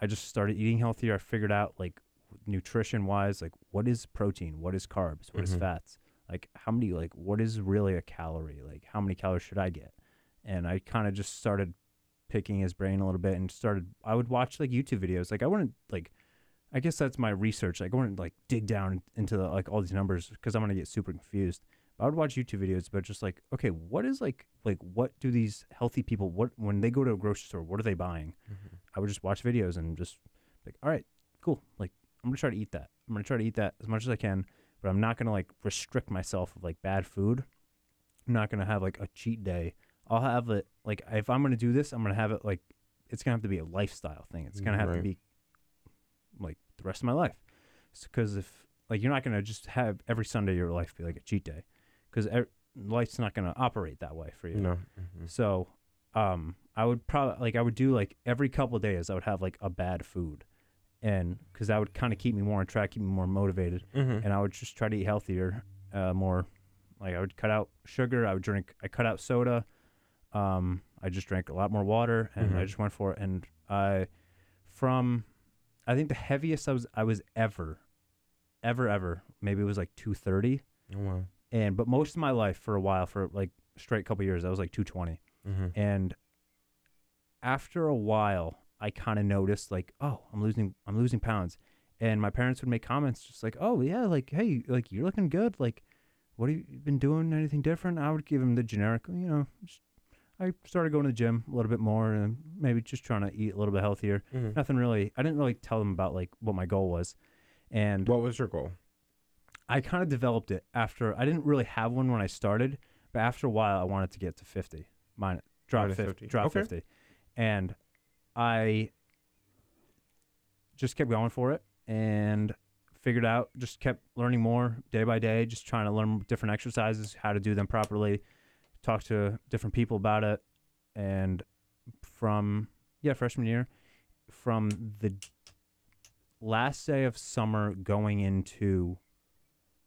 I just started eating healthier. I figured out like nutrition wise, like what is protein, what is carbs, what is Mhm. fats, like how many, like what is really a calorie, like how many calories should I get? And I kind of just started picking his brain a little bit and started. I would watch like YouTube videos. Like I wouldn't like. I guess that's my research. Like I wouldn't like dig down into the, like all these numbers because I'm gonna get super confused. I would watch YouTube videos, but just like, okay, what is like, like, what do these healthy people, what when they go to a grocery store, what are they buying? I would just watch videos and just like, all right, cool. Like I'm gonna try to eat that. I'm gonna try to eat that as much as I can, but I'm not gonna like restrict myself of like bad food. I'm not gonna have like a cheat day. I'll have it like if I'm gonna do this, I'm gonna have it like it's gonna have to be a lifestyle thing. It's gonna have to Right. be like the rest of my life. Because if like you're not gonna just have every Sunday of your life be like a cheat day, because life's not gonna operate that way for you. No. Mhm. So, um, I would probably like I would do like every couple of days I would have like a bad food, and because that would kind of keep me more on track, keep me more motivated, Mhm. and I would just try to eat healthier, uh, more. Like I would cut out sugar. I would drink. I cut out soda. Um, I just drank a lot more water, and I Mhm. just went for it. And I, from, I think the heaviest I was I was ever, ever ever maybe it was like two thirty, Oh, wow. and but most of my life for a while for like straight couple years I was like two twenty. Mhm. And after a while, I kind of noticed like, oh, I'm losing I'm losing pounds. and my parents would make comments just like, "Oh yeah, like hey, like you're looking good. Like, what have you been doing? Anything different?" I would give them the generic, you know. Just, I started going to the gym a little bit more, and maybe just trying to eat a little bit healthier. [laughs] Mhm. Nothing really. I didn't really tell them about like what my goal was, and What was your goal? I kind of developed it after. I didn't really have one when I started, but after a while, I wanted to get to fifty. Mine drop Minus 50. fifty, drop Okay. fifty, and I just kept going for it and figured out. Just kept learning more day by day, just trying to learn different exercises, how to do them properly, talk to different people about it, and from yeah freshman year, from the last day of summer going into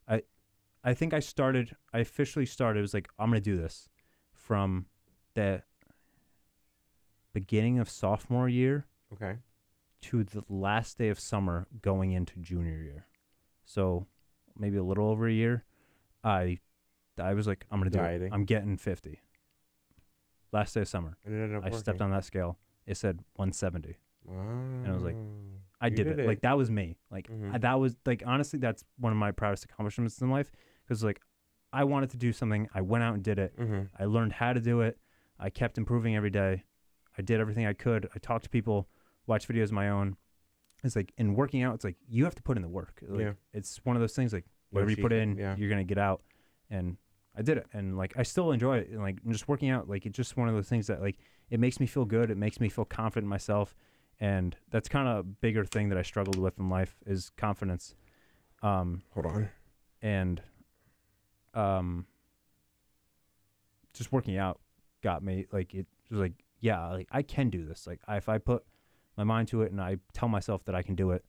I I think I started I officially started it was like I'm going to do this from the beginning of sophomore year Okay. to the last day of summer going into junior year. So maybe a little over a year I I was like I'm going to do it. Dieting. I'm getting 50. Last day of summer. And it ended up I stepped on that scale. It said 170. And I was like, I You did, did it. Like it. that was me. Like Mhm. I- that was like honestly, that's one of my proudest accomplishments in life because like I wanted to do something. I went out and did it. mm-hmm. I learned how to do it. I kept improving every day. I did everything I could. I talked to people, watched videos of my own. It's like in working out, it's like you have to put in the work. Like, Yeah. It's one of those things like whatever you put cheating, in, yeah. you're gonna get out. And I did it, and like I still enjoy it. And like just working out, like it's just one of those things that like it makes me feel good. It makes me feel confident in myself, and that's kind of a bigger thing that I struggled with in life is confidence. Um, Hold on. and um just working out got me like it was like yeah like i can do this like I, if i put my mind to it and i tell myself that i can do it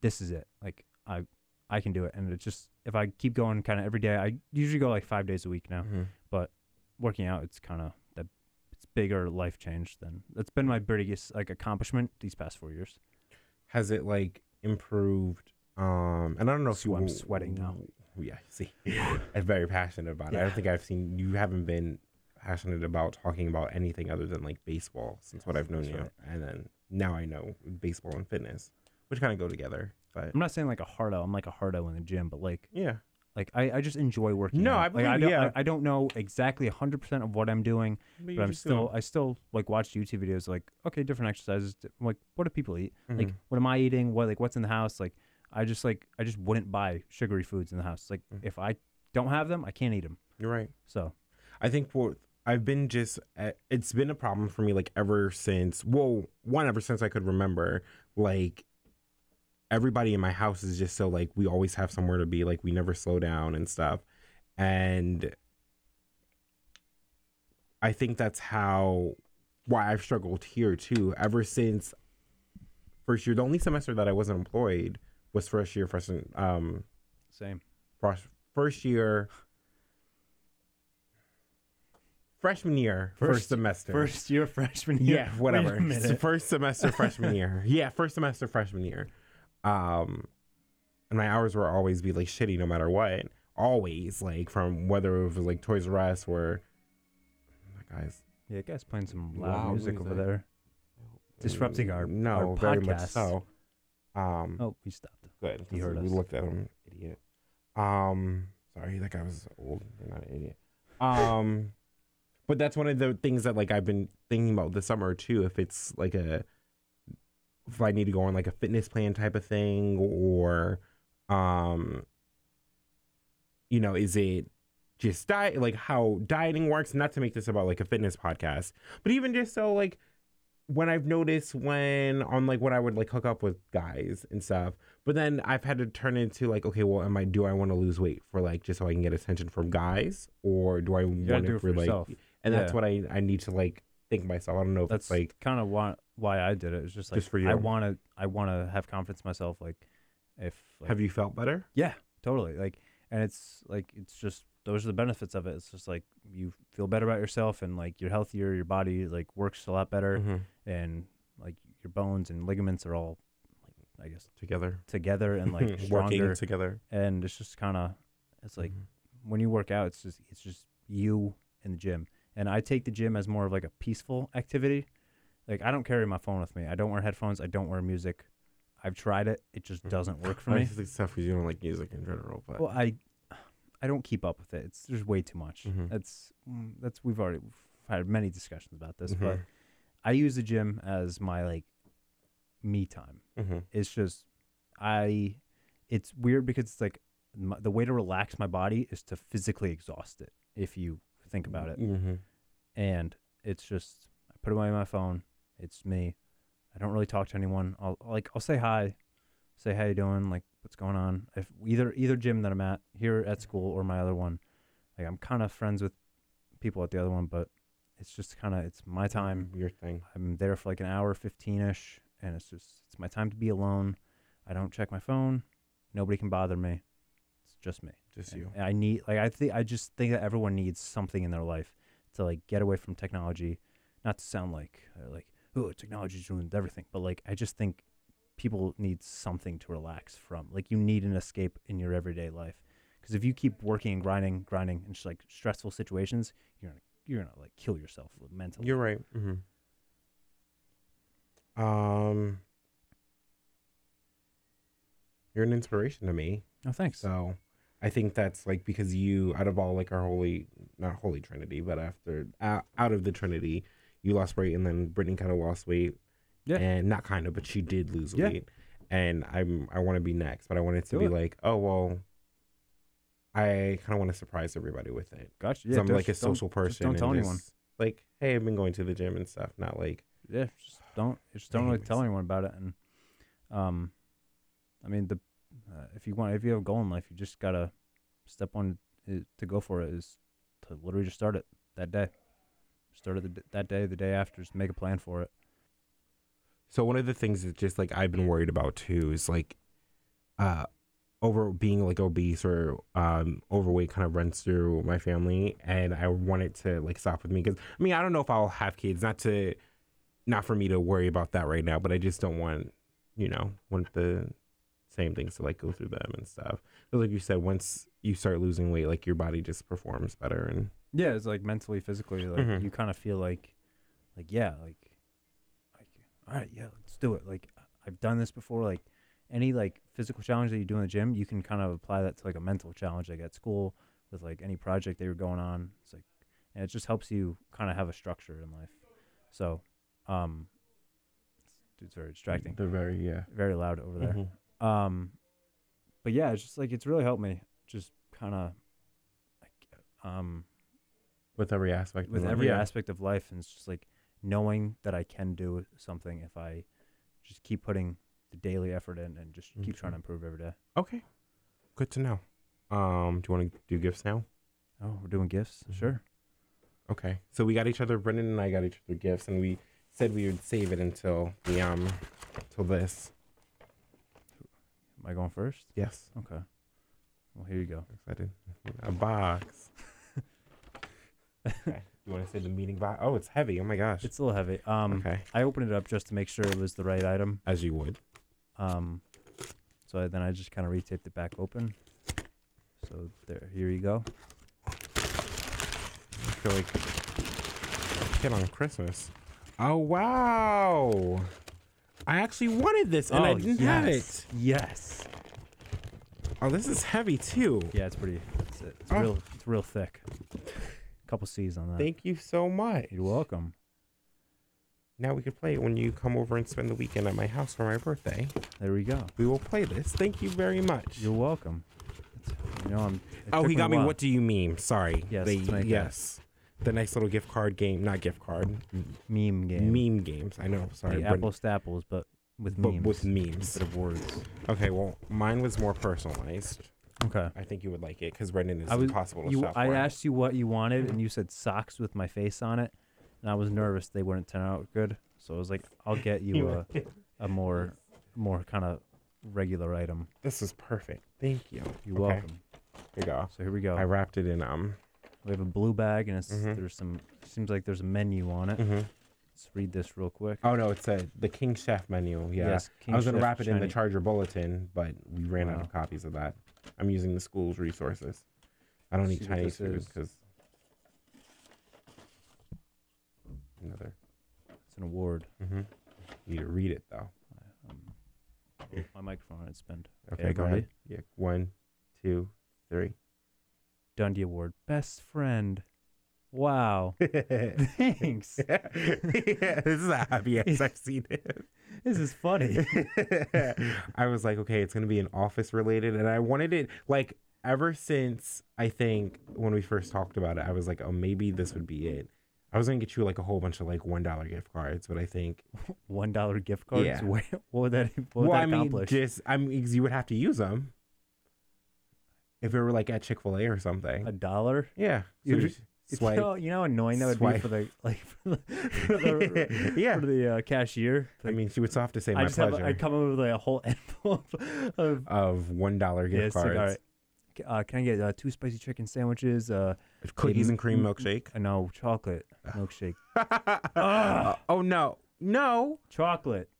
this is it like i i can do it and it's just if i keep going kind of every day i usually go like five days a week now Mhm. working out it's kind of that it's bigger life change than that's been my biggest like accomplishment these past four years Has it like improved? Um, and I don't know if So you I'm will- sweating now. Yeah, [laughs] see, I'm very passionate about it. I don't think I've seen you haven't been passionate about talking about anything other than like baseball since what I've known That's you, right. and then now I know baseball and fitness, which kind of go together. But i'm not saying like a hard out i'm like a hard out in the gym but like yeah, Like I, I just enjoy working. No, out. I like, I believe- don't, yeah. I, I don't know exactly 100% of what I'm doing, but you I'm just do it. still I still like watch YouTube videos like okay, different exercises, di- like what do people eat? Like Mhm. what am I eating? What like what's in the house? Like I just like I just wouldn't buy sugary foods in the house. Like Mhm. if I don't have them, I can't eat them. you're right. So, I think for I've been just uh, it's been a problem for me like ever since well one ever since I could remember like everybody in my house is just so like we always have somewhere to be like we never slow down and stuff and I think that's how why I've struggled here too ever since first year the only semester that I wasn't employed was first year freshman um same. first, first year freshman year first, First- semester First year freshman year. [laughs] yeah whatever [laughs] Wait a S- minute. first semester freshman [laughs] year yeah first semester freshman year um and my hours were always be like shitty no matter what always like from whether it was like toys r us or oh guys Yeah, guy's playing some loud Loud music over music. there. Disrupting our- no our very much podcast. so um Oh, he stopped. Good. He 'cause heard we us. looked at him, idiot. Um, sorry, that guy was old. You're not an idiot. Um, [laughs] but that's one of the things that like I've been thinking about this summer too. If it's like a, if I need to go on like a fitness plan type of thing, or, um, you know, is it just diet like how dieting works? Not to make this about like a fitness podcast, but even just so like when I've noticed when on like when I would like hook up with guys and stuff, but then I've had to turn into like, okay, well, am I do I want to lose weight for like just so I can get attention from guys, or do I You gotta want do it for like? yourself. And that's Yeah. what I I need to like think myself. I don't know if that's it's like kind of why why I did it. It's just like Just for you. I want to I want to have confidence in myself. Like if like, have you felt better? yeah totally like and it's like it's just those are the benefits of it. It's just like you feel better about yourself and like you're healthier. Your body like works a lot better Mm-hmm. and like your bones and ligaments are all like I guess Together, together and like [laughs] working stronger. together. and it's just kind of it's like Mhm. when you work out, it's just it's just you in the gym. And I take the gym as more of like a peaceful activity. Like I don't carry my phone with me. I don't wear headphones. I don't wear music. I've tried it. It just doesn't work for I [laughs] me. just think stuff because you don't like music in general, but Well, I I don't keep up with it. It's there's way too much. Mhm. That's mm, that's we've already had many discussions about this, but Mhm. I use the gym as my like me time. Mhm. It's just I it's weird because it's like my, the way to relax my body is to physically exhaust it if you think about it. Mhm. And it's just I put away my phone. It's me. I don't really talk to anyone. I'll like I'll say hi, say how you doing, like what's going on. If either either gym that I'm at here at school or my other one, like I'm kind of friends with people at the other one, but it's just kind of it's my time. your thing. I'm there for like an hour, 15 ish, and it's just, it's my time to be alone. I don't check my phone. Nobody can bother me. It's just me. Just And- you. and I need, like, I think, I just think that everyone needs something in their life to, like, get away from technology. Not to sound like, uh, like, oh, technology's ruined everything, but, like, I just think people need something to relax from. Like, you need an escape in your everyday life. Because if you keep working and grinding, grinding, and just, like, stressful situations, you're gonna, you're gonna, like, kill yourself mentally. You're right. Mm-hmm. Um, you're an inspiration to me. oh, thanks. So I think that's like because you, out of all like our holy, not holy trinity, but after out, out of the trinity, you lost weight and then Brittany kind of lost weight. Yeah. And not kind of, but she did lose Yeah. weight. And I'm I want to be next, but I want it to Do be it. like, oh well. I kind of want to surprise everybody with it. Gotcha. 'Cause I'm don't- like a don't- social person. Just don't tell and anyone. just, Like, hey, I've been going to the gym and stuff. Not like, Yeah, just don't. Just don't hate really tell myself. anyone about it. And, um, I mean, the uh, if you want, if you have a goal in life, you just gotta step on it, to go for it. Is to literally just start it that day. Start it the, d- that day, the day after. Just make a plan for it. So one of the things that just like I've been worried about too is like uh over being like obese or um overweight kind of runs through my family and I want it to like stop with me cuz I mean I don't know if I'll have kids not to not for me to worry about that right now but I just don't want you know want the same things to like go through them and stuff. But like you said once you start losing weight like your body just performs better and Yeah, it's like mentally, physically. Like Mhm. you kind of feel like, like yeah, like, like all right, yeah, let's do it. Like I- I've done this before. Like any like physical challenge that you do in the gym, you can kind of apply that to like a mental challenge, like at school with like any project that you're going on. It's like, and it just helps you kind of have a structure in life. So, um, it's very distracting, They're very yeah. very loud over there. Um, but yeah, it's just like it's really helped me. Just kind of, like, um With every aspect. with every aspect of life and it's just like knowing that I can do something if I just keep putting the daily effort in and just keep trying Mhm. to improve every day. Okay. Good to know. Um, do you want to do gifts now? Oh, we're doing gifts? Mhm. Sure. Okay. So we got each other. Brendan and I got each other gifts, and we said we would save it until the um, till this. Am I going first? Yes. Okay. Well, here you go. Excited. Mm-hmm. A [laughs] box. okay. You want to say the meeting box? Oh, it's heavy. Oh my gosh. It's a little heavy. Um, okay. I opened it up just to make sure it was the right item. As you would. Um, so I, then I just kind of retaped it back open. So there, here you go. I feel like kid on Christmas. Oh wow! I actually wanted this, and I Oh, didn't have yes. it. Yes. Oh, this is heavy too. Yeah, it's pretty. It's, it's Oh. real. It's real thick. Couple C's on that. Thank you so much. You're welcome. Now we can play it when you come over and spend the weekend at my house for my birthday. There we go. We will play this. Thank you very much. You're welcome. It's- you know, I'm. it oh, took he got a me. while. What do you mean? Sorry. Yes, The, it's my guess. yes. The nice little gift card game. Not gift card. meme game? Meme games. I know. like Sorry. Brent- apples to apples, but with but memes. with memes. instead of words. Okay. Well, mine was more personalized. Okay. I think you would like it because Brendan is I was. impossible to you, shop I for. asked you what you wanted, and you said socks with my face on it, and I was nervous they wouldn't turn out good. So I was like, I'll get [laughs] you a, a more, more kind of regular item. This is perfect. Thank you. You're Okay, welcome. Here you go. So here we go. I wrapped it in um. we have a blue bag, and it's Mhm. there's some. Seems like there's a menu on it. mhm. Let's read this real quick. Oh no, it's a the King Chef menu. Yeah. Yes, King I was gonna Chef wrap it in the Chinese- Charger Bulletin, but we ran out Wow. of copies of that. I'm using the school's resources. I don't Let's need see what Chinese this food is. because another. It's an award. Mm-hmm. Need to read it though. Um, my microphone had spinned. Okay, Okay, go ready? ahead. Yeah, one, two, three. [laughs] Dundee Award, best friend. Wow. [laughs] Thanks. yeah, this is the happiest I've seen it. this is funny. [laughs] I was like, okay, it's gonna be an office related, and I wanted it like ever since I think when we first talked about it, I was like, oh, maybe this would be it. I was gonna get you like a whole bunch of like one dollar gift cards, but I think One dollar gift cards. Yeah. What, what would that? What would well, that I mean, accomplish? just I mean, 'cause you would have to use them if it were like at Chick Fil A or something. a dollar. yeah, you So would- just You swipe. know, you know how annoying that would be Swipe. for the like [laughs] for the, for the, Yeah. for the uh, cashier. I mean, she would still have to say I my just have pleasure a, I'd come up with like a whole [laughs] envelope of of one dollar gift yeah, it's like, cards, all right. c- Uh, can I get uh, two spicy chicken sandwiches? Uh, cookies m- and cream m- [laughs] milkshake. uh, no chocolate milkshake. Uh, Ah. [laughs] oh no, no. chocolate.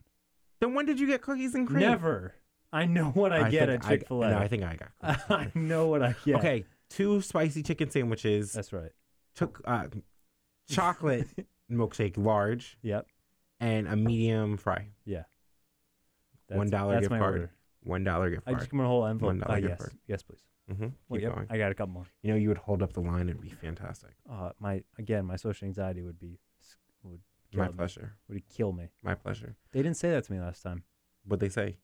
Then when did you get cookies and cream? Never. I know what I, get think at Chick Fil I, no, I A. think I got. [laughs] I know what I get. Okay, two spicy chicken sandwiches. that's right. took uh, [laughs] chocolate milkshake large. Yep. and a medium fry. That's, $1 that's gift my card. order. One dollar gift I card. just come in a whole envelope. $1 Uh, gift yes, card. yes, please. mm-hmm. Keep Well, yep, going. I got a couple more. You know, you would hold up the line. It'd be fantastic. Uh, my again, my social anxiety would be s- would kill My me. pleasure. would kill me. My pleasure. They didn't say that to me last time. What they say?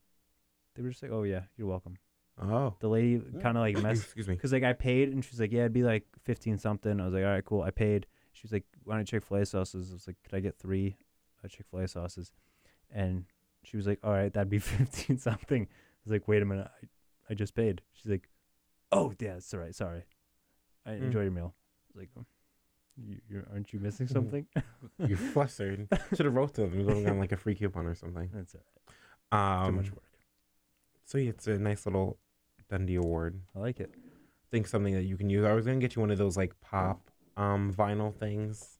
They were just like, "Oh yeah, you're welcome." Oh, The lady kind [clears throat] of like messed excuse me. because like I paid and she's like, "Yeah, it'd be like fifteen something." I was like, "All right, cool." I paid. She was like, "Why don't Chick Fil A sauces?" I was like, "Could I get three uh, Chick Fil A sauces?" And she was like, "All right, that'd be [laughs] fifteen something." I was like, "Wait a minute, I, I just paid." She's like, "Oh yeah, that's all right. Sorry, I Mm. enjoy your meal." I was like, "Um, you, you, "Aren't you missing [laughs] Mm. something?" [laughs] You flustered. Should have wrote to them. Going on like a free coupon or something. that's all right. Um, Too much work. So yeah, it's a nice little Dundee award. I like it. Think something that you can use. I was gonna get you one of those like pop um vinyl things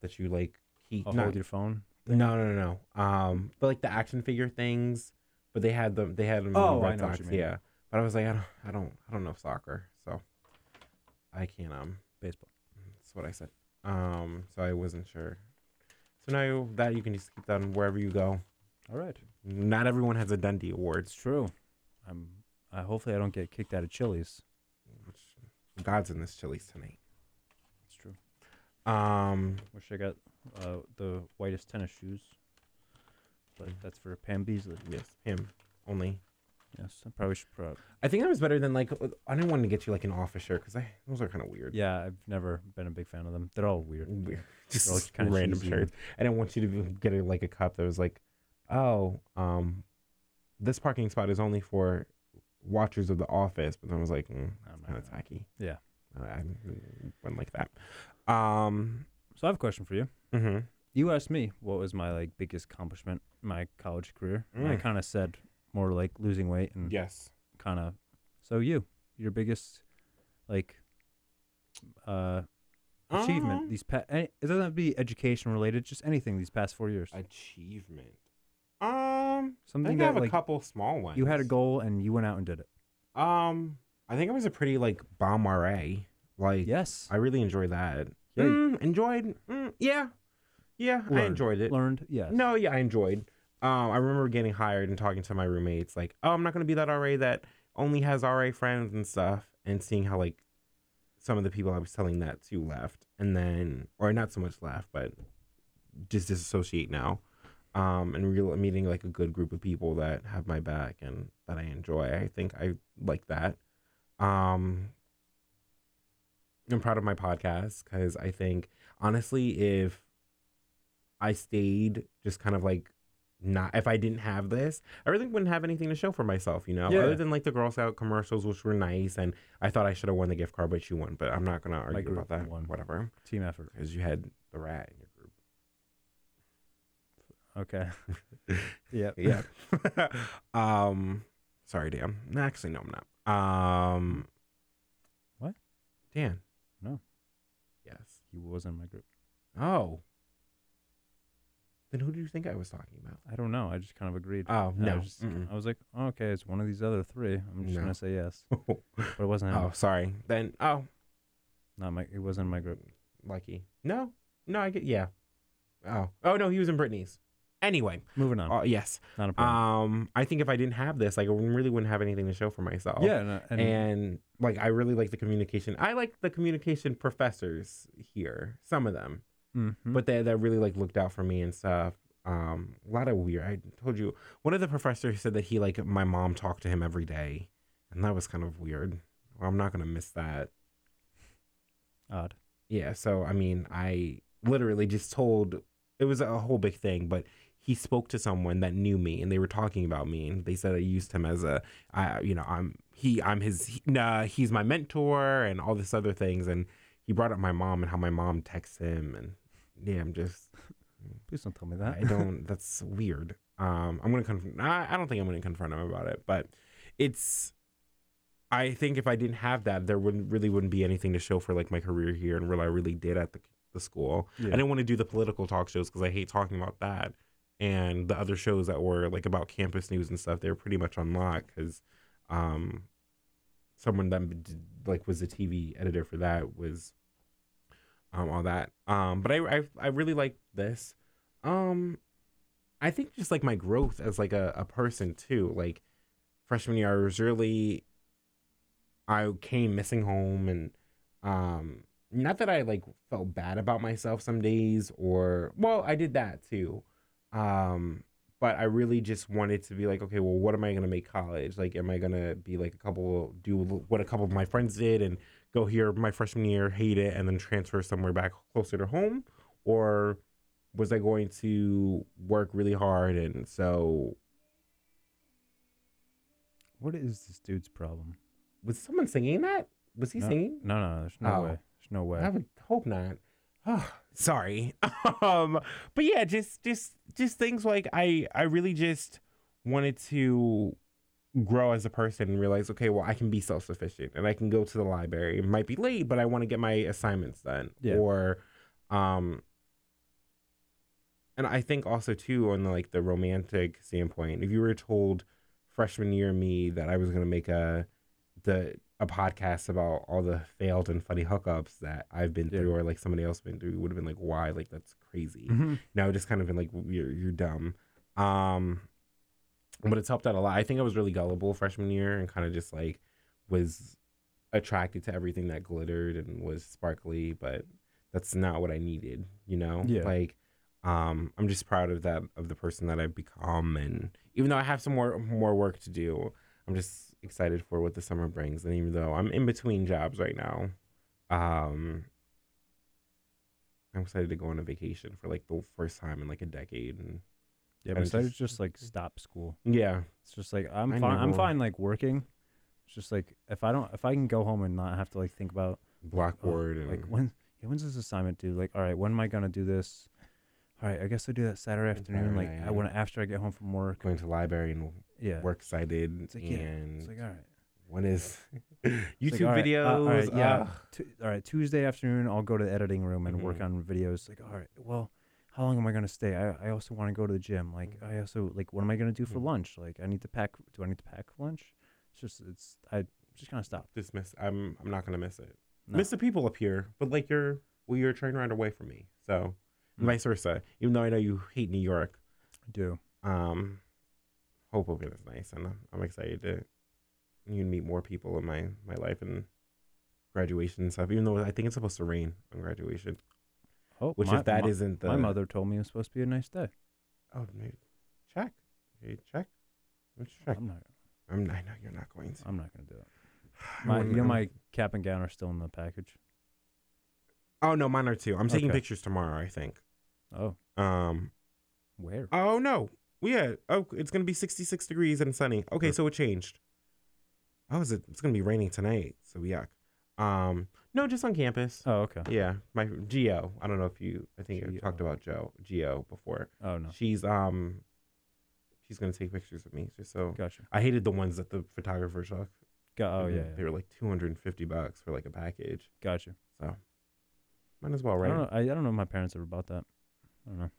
that you like keep. I'll not- hold your phone. thing? No, no, no, no. Um, but like the action figure things, but they had them. They had them. in the Oh, I Red know what you Sox, mean. Yeah, but I was like, I don't, I don't, I don't know soccer, so I can't. Um, Baseball. that's what I said. Um, so I wasn't sure. So now you- that you can just keep that wherever you go. All right. Not everyone has a Dundee Award. It's true. I'm. I hopefully I don't get kicked out of Chili's. Which, God's in this Chili's tonight. It's true. Um, Wish I got uh, the whitest tennis shoes, but Mm. that's for Pam Beasley. yes, him only. Yes, I probably should. Prob- I think that was better than like I didn't want to get you like an office shirt because I those are kind of weird. yeah, I've never been a big fan of them. They're all weird. [laughs] weird, all just kinda random cheesy. shirts. I didn't want you to be- get a, like a cup that was like, oh, um, this parking spot is only for watchers of The Office. But then I was like, mm, I'm kind not- of tacky. Yeah. I, I went like that. Um, So I have a question for you. mhm. You asked me what was my like biggest accomplishment in my college career, and I Mm. kind of said more like losing weight and yes, kind of. So you, your biggest like uh achievement Um, these past it doesn't have to be education related just anything these past four years achievement. Um, I something think I that have a like couple small ones. you had a goal and you went out and did it Um, I think I was a pretty like bomb RA. Like, yes I really enjoyed that. Yeah. Mm, enjoyed. Mm, yeah, yeah, I Learned. enjoyed it. learned yes No, yeah, I enjoyed. Um, I remember getting hired and talking to my roommates, like, oh, I'm not gonna be that RA that only has RA friends and stuff, and seeing how like some of the people I was telling that to left, and then or not so much left, but just disassociate now. Um, and real meeting like a good group of people that have my back and that I enjoy. I think I like that. Um, I'm proud of my podcast because I think honestly, if I stayed just kind of like not if I didn't have this, I really wouldn't have anything to show for myself, you know. Yeah. Other than like the Girl Scout commercials, which were nice, and I thought I should have won the gift card, but you won. But I'm not gonna argue group about that. won. Whatever, team effort because you had the rat in your group. [laughs] okay yeah Yeah. [laughs] um, sorry, Dan. No, Actually, no, I'm not. Um, What? Dan? No. Yes. [laughs] he was in my group Oh. Then who do you think I was talking about? i don't know i just kind of agreed Oh And I no. was, just- [laughs] Mm-mm. I was like oh, okay it's one of these other three i'm just No. gonna say yes but it wasn't him. oh, sorry. Then oh, not my it wasn't in my group lucky. No, no, I get yeah. Oh, oh no, he was in Britney's. Anyway, Moving on. uh, yes. Not a problem. Um, I think if I didn't have this, like I wouldn't- really wouldn't have anything to show for myself. yeah, no, and, uh, oh. And, like I really like the communication. I like the communication professors here, some of them, mhm. but they that really like looked out for me and stuff. Um, a lot of weird. I told you one of the professors said that he like my mom talked to him every day, and that was kind of weird. I'm not gonna miss that. odd. Yeah, so I mean, I literally just told it was a whole big thing, but he spoke to someone that knew me and they were talking about me and they said I used him as a I you know, I'm he I'm his he, nah, he's my mentor and all this other things and he brought up my mom and how my mom texts him and yeah, I'm just Please don't tell me that. I don't that's weird. Um I'm going to conf- I, I don't think I'm going to confront him about it, but it's I think if I didn't have that, there wouldn't really wouldn't be anything to show for like my career here and what I really did at the, the school. Yeah. I didn't want to do the political talk shows because I hate talking about that. And the other shows that were like about campus news and stuff, they were pretty much on lock because um, someone that d- like was the TV editor for that was um, all that. Um, but I, I I really like this. Um, I think just like my growth as like a, a person too. Like freshman year, I was really I came missing home and um not that I like felt bad about myself some days or well, I did that too. Um but I really just wanted to be like, okay, well, what am I gonna make college? Like, am I gonna be like a couple, do what a couple of my friends did and go here my freshman year, hate it, and then transfer somewhere back closer to home? Or was I going to work really hard? And so, What is this dude's problem? was someone singing that? Was he singing? No, no, no there's no Oh. way. There's no way. I would hope not. Oh, sorry. [laughs] um, but yeah, just just just things like I I really just wanted to grow as a person and realize okay, well I can be self sufficient and I can go to the library. It might be late, but I want to get my assignments done. Yeah. Or, um. And I think also too on like the romantic standpoint, if you were told freshman year me that I was gonna make a the a podcast about all the failed and funny hookups that I've been Yeah. through or like somebody else been through would have been like why like that's crazy. Mhm. Now just kind of been like you're you're dumb. Um but it's helped out a lot. I think I was really gullible freshman year and kind of just like was attracted to everything that glittered and was sparkly, but that's not what I needed, you know? Yeah. Like um I'm just proud of that of the person that I've become and even though I have some more more work to do, I'm just excited for what the summer brings. And even though I'm in between jobs right now, um I'm excited to go on a vacation for like the first time in like a decade and kinda Yeah, but instead just- it's just like stop school. yeah. It's just like I'm I fine. I'm know. fine like working. It's just like if I don't if I can go home and not have to like think about oh, Blackboard and like when yeah, when's this assignment due? Like all right, when am I gonna do this? All right, I guess I'll do that Saturday afternoon. Like Saturday, I want to after I get home from work. going to library and Yeah, work cited It's like, yeah, and It's like all right. what is [laughs] [laughs] It's like, YouTube all right, uh, videos? ah. all right, yeah. ugh. Tu- all right, Tuesday afternoon, I'll go to the editing room and work Mhm. on videos. Like, all right, well, how long am I gonna stay? I, I also want to go to the gym. Like, Mm-hmm. I also like, what am I gonna do for Mhm. lunch? Like, I need to pack. Do I need to pack lunch? It's just it's I just kind of stop. Just miss. I'm I'm not gonna miss it. No. Miss the people up here, but like you're well, you're a train ride away from me, so and Mm. vice versa. Even though I know you hate New York, I do. um, hope Hoboken is nice, and I'm, I'm excited to you meet more people in my my life and graduation and stuff. Even though I think it's supposed to rain on graduation, Oh, which my, if that my, not the my mother told me it was supposed to be a [laughs] nice day. oh maybe, check, hey, check, let's check. I'm not. I'm, I know you're not going to. I'm not gonna do it. I Uh, My, wouldn't- you know, I wouldn't- my cap and gown are still in the package. Oh no, mine are too. I'm taking Okay. pictures tomorrow. I think. Oh, Um. where? Oh no. Yeah. Oh, it's gonna be 66 degrees and sunny. Okay, so it changed. Oh, is it? It's gonna be raining tonight. So yuck. Um. No, just on campus. Oh, okay. Yeah. My Geo. I don't know if you. I think I talked Gio. about Joe Geo before. Oh no, She's um. She's gonna take pictures of me. Just so. gotcha. I hated the ones that the photographer took. Got. Oh yeah, They yeah. were like 250 bucks for like a package. gotcha. So. Might as well, I right? don't know. I, I don't know if my parents ever bought that. I don't know.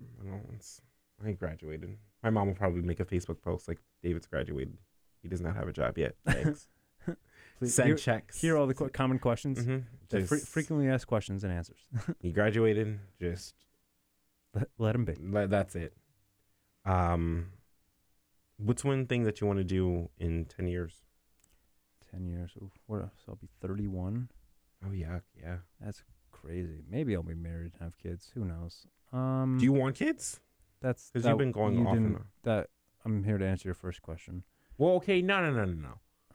I don't know, it's- I graduated. My mom will probably make a Facebook post like, David's graduated. He does not have a job [laughs] yet. Thanks. Please- Send here- checks. Here are all the qu- common questions. Mhm. The fre- Just- frequently asked questions and answers. [laughs] he graduated. Just let, let 'em be. le- that's it. Um, what's one thing that you want to do in ten years? Ten years. Oof, what? else? I'll be thirty-one. Oh yeah, yeah. That's crazy. Maybe I'll be married and have kids. Who knows? Um, Do you want kids? That's Because that you've been going you off and didn't- on. That I'm here to answer your first question. Well, okay, no, no, no, no, no.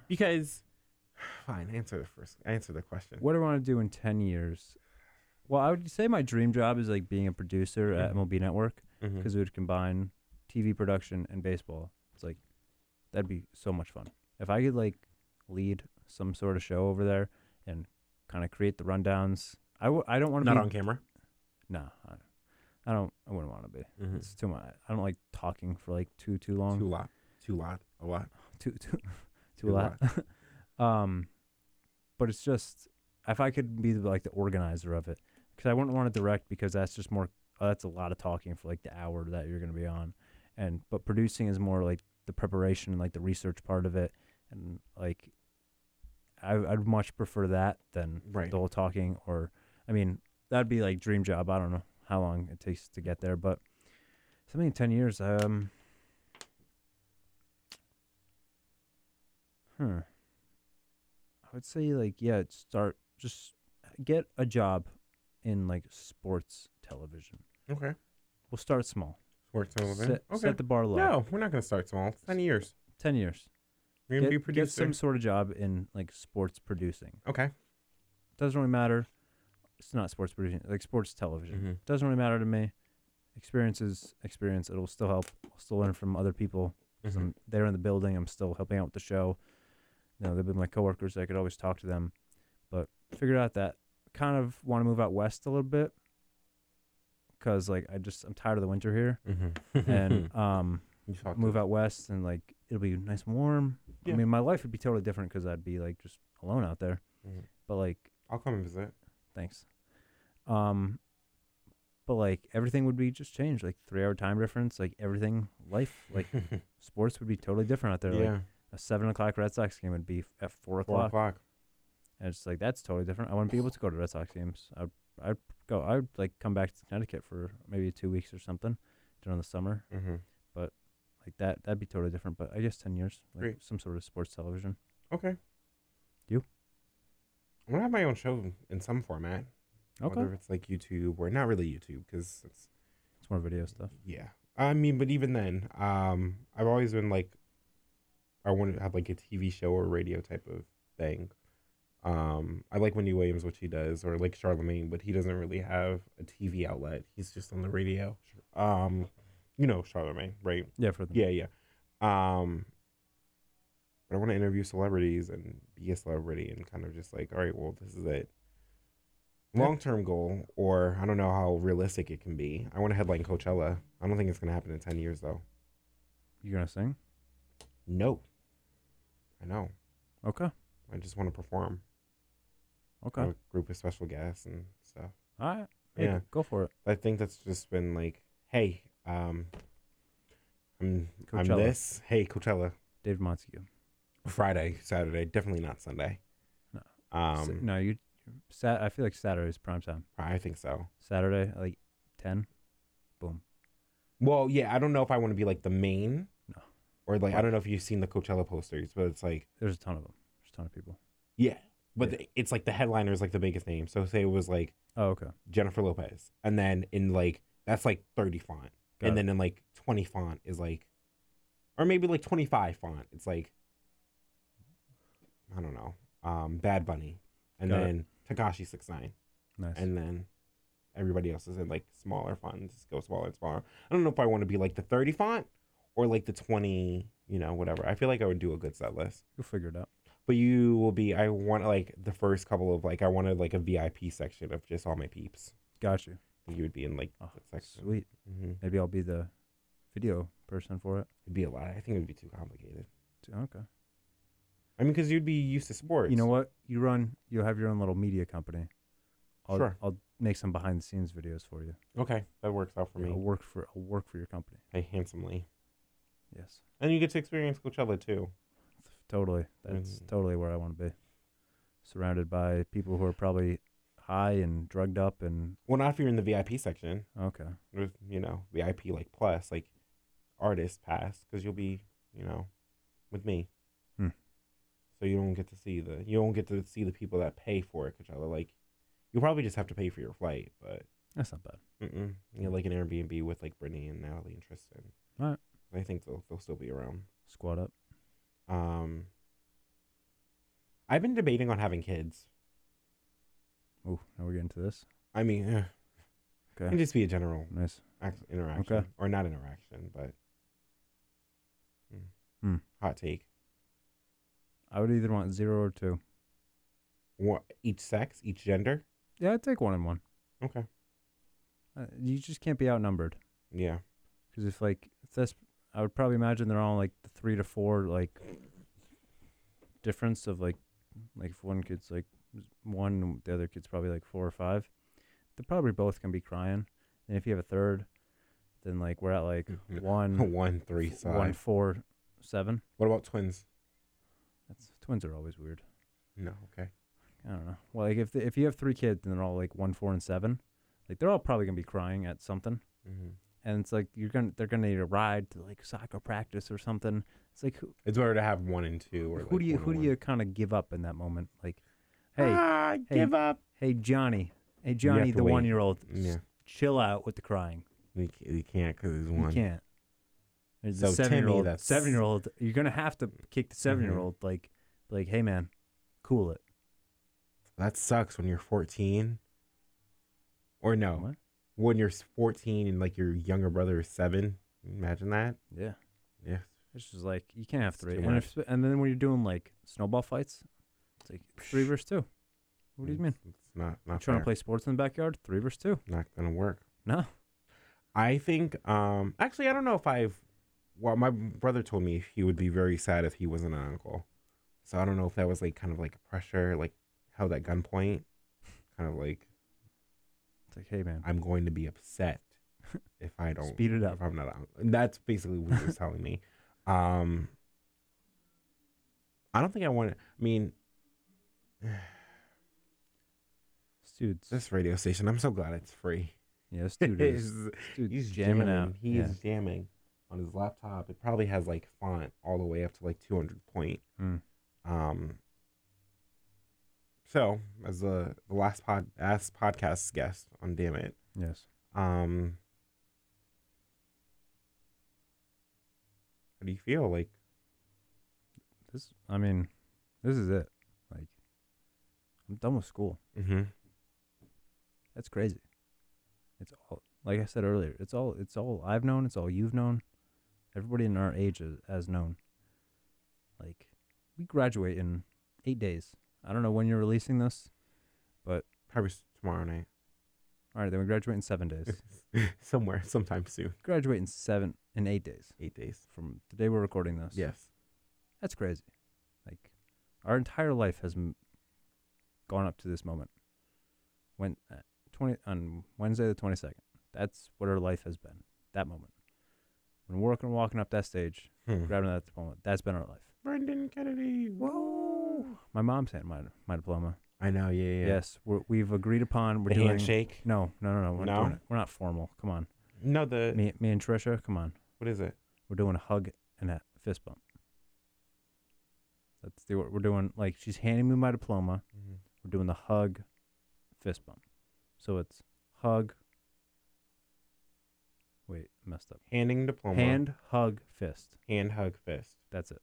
Because [sighs] fine, answer the first. Answer the question. What do I want to do in ten years? Well, I would say my dream job is like being a producer Mm-hmm. at MLB Network Mhm. because it would combine TV production and baseball. It's like that'd be so much fun if I could like lead some sort of show over there and kind of create the rundowns. I w- I don't want to Not be on camera. no. I, I don't. I wouldn't want to be. Mhm. It's too much. I don't like talking for like too too long. Too lot. Too lot. A lot. too [laughs] too too Too loud. [laughs] um, but it's just if I could be the, like the organizer of it, because I wouldn't want to direct because that's just more uh, that's a lot of talking for like the hour that you're gonna be on, and but producing is more like the preparation and like the research part of it, and like I, I'd much prefer that than Right. the whole talking or I mean that'd be like dream job. I don't know how long it takes to get there, but something in ten years. Um. Hmm. I would say like yeah, it's start just get a job in like sports television. Okay. We'll start small. Sports Set, relevant. Okay. set the bar low. no, we're not going to start small. Ten years. Ten years. You're Get, going to be get producer. some sort of job in like sports producing. Okay. Doesn't really matter. It's not sports producing, like sports television. Mhm. Doesn't really matter to me. Experience is experience. It'll still help. I'll still learn from other people. 'cause Mhm. I'm there in the building. I'm still helping out with the show. You know, they've been my coworkers. I could always talk to them. But figured out that kind of want to move out west a little bit because like I just I'm tired of the winter [laughs] here Mhm. [laughs] and um You talked move [laughs] to- out west and like it'll be nice and warm. Yeah. I mean, my life would be totally different because I'd be like just alone out there. Mhm. But like I'll come and visit. Thanks. Um, but like everything would be just changed, like three hour time difference, like everything, life, [laughs] like sports would be totally different out there. yeah. Like a seven o'clock Red Sox game would be f- at four o'clock, Four o'clock. and it's like that's totally different. I wouldn't be able to go to Red Sox games. I'd I'd go. I'd like come back to Connecticut for maybe two weeks or something during the summer, Mm-hmm. like that. That'd be totally different. But I guess ten years, like Great. some sort of sports television. Okay. You? I'm gonna have my own show in some format. Okay, Whether it's like YouTube or not really YouTube, because it's it's more video stuff. yeah. I mean, but even then, um, I've always been like, I want to have like a TV show or radio type of thing. Um, I like Wendy Williams, what she does, or like Charlemagne, but he doesn't really have a TV outlet. He's just on the radio. Um, you know Charlemagne, right? Yeah, for the Yeah, yeah. Um, but I want to interview celebrities and be a celebrity and kind of just like, all right, well, this is it. Yeah. Long term goal, or I don't know how realistic it can be. I want to headline Coachella. I don't think it's gonna happen in ten years though. You're gonna sing? No, I know. Okay, I just want to perform. okay. Have a group of special guests and stuff. All right. Hey, Oh. Yeah. go for it. I think that's just been like, hey, um, I'm I'm Coachella. this. Hey, Coachella. Dave Montague. Friday, Saturday, definitely not Sunday. No. Um, Sa- no, you. Sat. I feel like Saturday's prime time. I think so. Saturday, like ten. Boom. Well, yeah, I don't know if I want to be like the main. No. Or like I don't know if you've seen the Coachella posters, but it's like There's a ton of them. There's a ton of people. yeah, but Yeah. the- it's like the headliner is like the biggest name. So say it was like Oh, okay. Jennifer Lopez, and then in like that's like thirty font, Got and it. then in like twenty font is like, or maybe like twenty five font. It's like I don't know, um, Bad Bunny, and Got it. then Takashi Six Nine. nice. and then everybody else is in like smaller fonts just go smaller and smaller i don't know if i want to be like the 30 font or like the 20 you know whatever i feel like i would do a good set list You'll figure it out. but you will be i want like the first couple of like i wanted like a vip section of just all my peeps Got you. you would be in like Oh, that section Sweet. mm-hmm. Maybe I'll be the video person for it. it'd be a lot i think it would be too complicated too. Okay. i mean because you'd be used to sports You know what? You run. You'll have your own little media company. I'll, Sure. I'll make some behind the scenes videos for you. okay that works out for I'll me work for. I'll work for your company. I handsomely Yes. and you get to experience coachella too Totally. That's Mhm. totally where I want to be. Surrounded by people who are probably high and drugged up and well not if you're in the vip section okay. with you know VIP like plus like artist pass because you'll be, you know, with me. Hmm. So you don't get to see the you don't get to see the people that pay for it, Coachella. Like, you probably just have to pay for your flight, but That's not bad. mm-mm. you know, like an Airbnb with like Brittany and Natalie and Tristan. Alright. I think they'll they'll still be around. Squad up. Um, I've been debating on having kids. Ooh, now we're getting to this. I mean, eh, it Okay. can just be a general Nice. act- interaction or not interaction, but Mm. Hmm. hot take. I would either want zero or two. What each sex, each gender. Yeah, I'd take one and one. Okay. Uh, you just can't be outnumbered. Yeah. Because if like if that's, I would probably imagine they're all like the three to four like difference of like like if one kid's like s- one, the other kid's probably like four or five. They're probably both gonna be crying. And if you have a third, then like we're at like [laughs] one, One, three, Hmm. f- one, side. four, seven. What about twins? That's twins are always weird. No. Okay. I don't know. Well, like if the, if you have three kids and they're all like one, four, and seven, like they're all probably gonna be crying at something. hmm and it's like you're gonna they're gonna need a ride to like soccer practice or something. It's like who, It's better to have one and two. Or who like do you one and who do one. you kind of give up in that moment? Like, hey ah, give up. hey Johnny, hey Johnny, to the wait. one year old, Yeah. chill out with the crying. You, c- you can't because it's You one. can't. There's So the Timmy, seven year old. that's- Mm-hmm. Seven year old, you're gonna have to kick the seven year old. Like like hey man, cool it. That sucks when you're 14. Or no, What? when you're 14 and like your younger brother is seven. Imagine that. Yeah. Yeah. It's just like you can't have It's three. too And, much. if, and then when you're doing like snowball fights, it's like three versus two. What do you It's- mean? It's not Mm, not Trying to fair. play sports in the backyard, three versus two. Not gonna work. No. I think. Um. Actually, I don't know if I've. Well, my brother told me he would be very sad if he wasn't an uncle. So I don't know if that was like kind of like pressure, like held at gunpoint, kind of like It's like, hey man, I'm going to be [laughs] upset if I don't Speed it up. If I'm not out. That's basically what he was telling [laughs] me. Um, I don't think I want. to I mean, Dude's this radio station. I'm so glad it's free. [laughs] yeah, this dude is He's- this dude's he's jamming, out. He yeah. is jamming on his laptop. It probably has like font all the way up to like 200 point. Mm. Um. So, as the, the last pod, last podcast guest on Damn It, yes. Um, how do you feel? Like, This I mean, this is it. Like I'm done with school. mm-hmm. That's crazy. It's all like I said earlier, it's all it's all I've known, it's all you've known. Everybody in our age has, has known. Like we graduate in 8 days. I don't know when you're releasing this. probably s- tomorrow night, [laughs] All right, then we graduate in 7 days. somewhere, sometime soon. graduate in 7 in 8 days Eight days. from the day we're recording this. Yes. That's crazy. Like our entire life has m- gone up to this moment. When uh, 20 on Wednesday the 22nd. That's what our life has been. That moment. When we're walking, walking up that stage, Hmm. grabbing that diploma, that's been our life. Brendan Kennedy. Whoa. My mom sent my my diploma. I know. Yeah. yeah, Yeah. Yes, we're, we've agreed upon. We're the doing handshake. no, no, no, no. We're, not No? doing Uh, it. we're not formal. Come on, No, the me, me and Trisha. Come on, what is it? we're doing a hug and a fist bump. That's the we're doing. Like she's handing me my diploma. Mm-hmm. We're doing the hug, fist bump. So it's hug. Wait, I messed up. Handing diploma. Hand, hug, fist. Hand hug fist. That's it.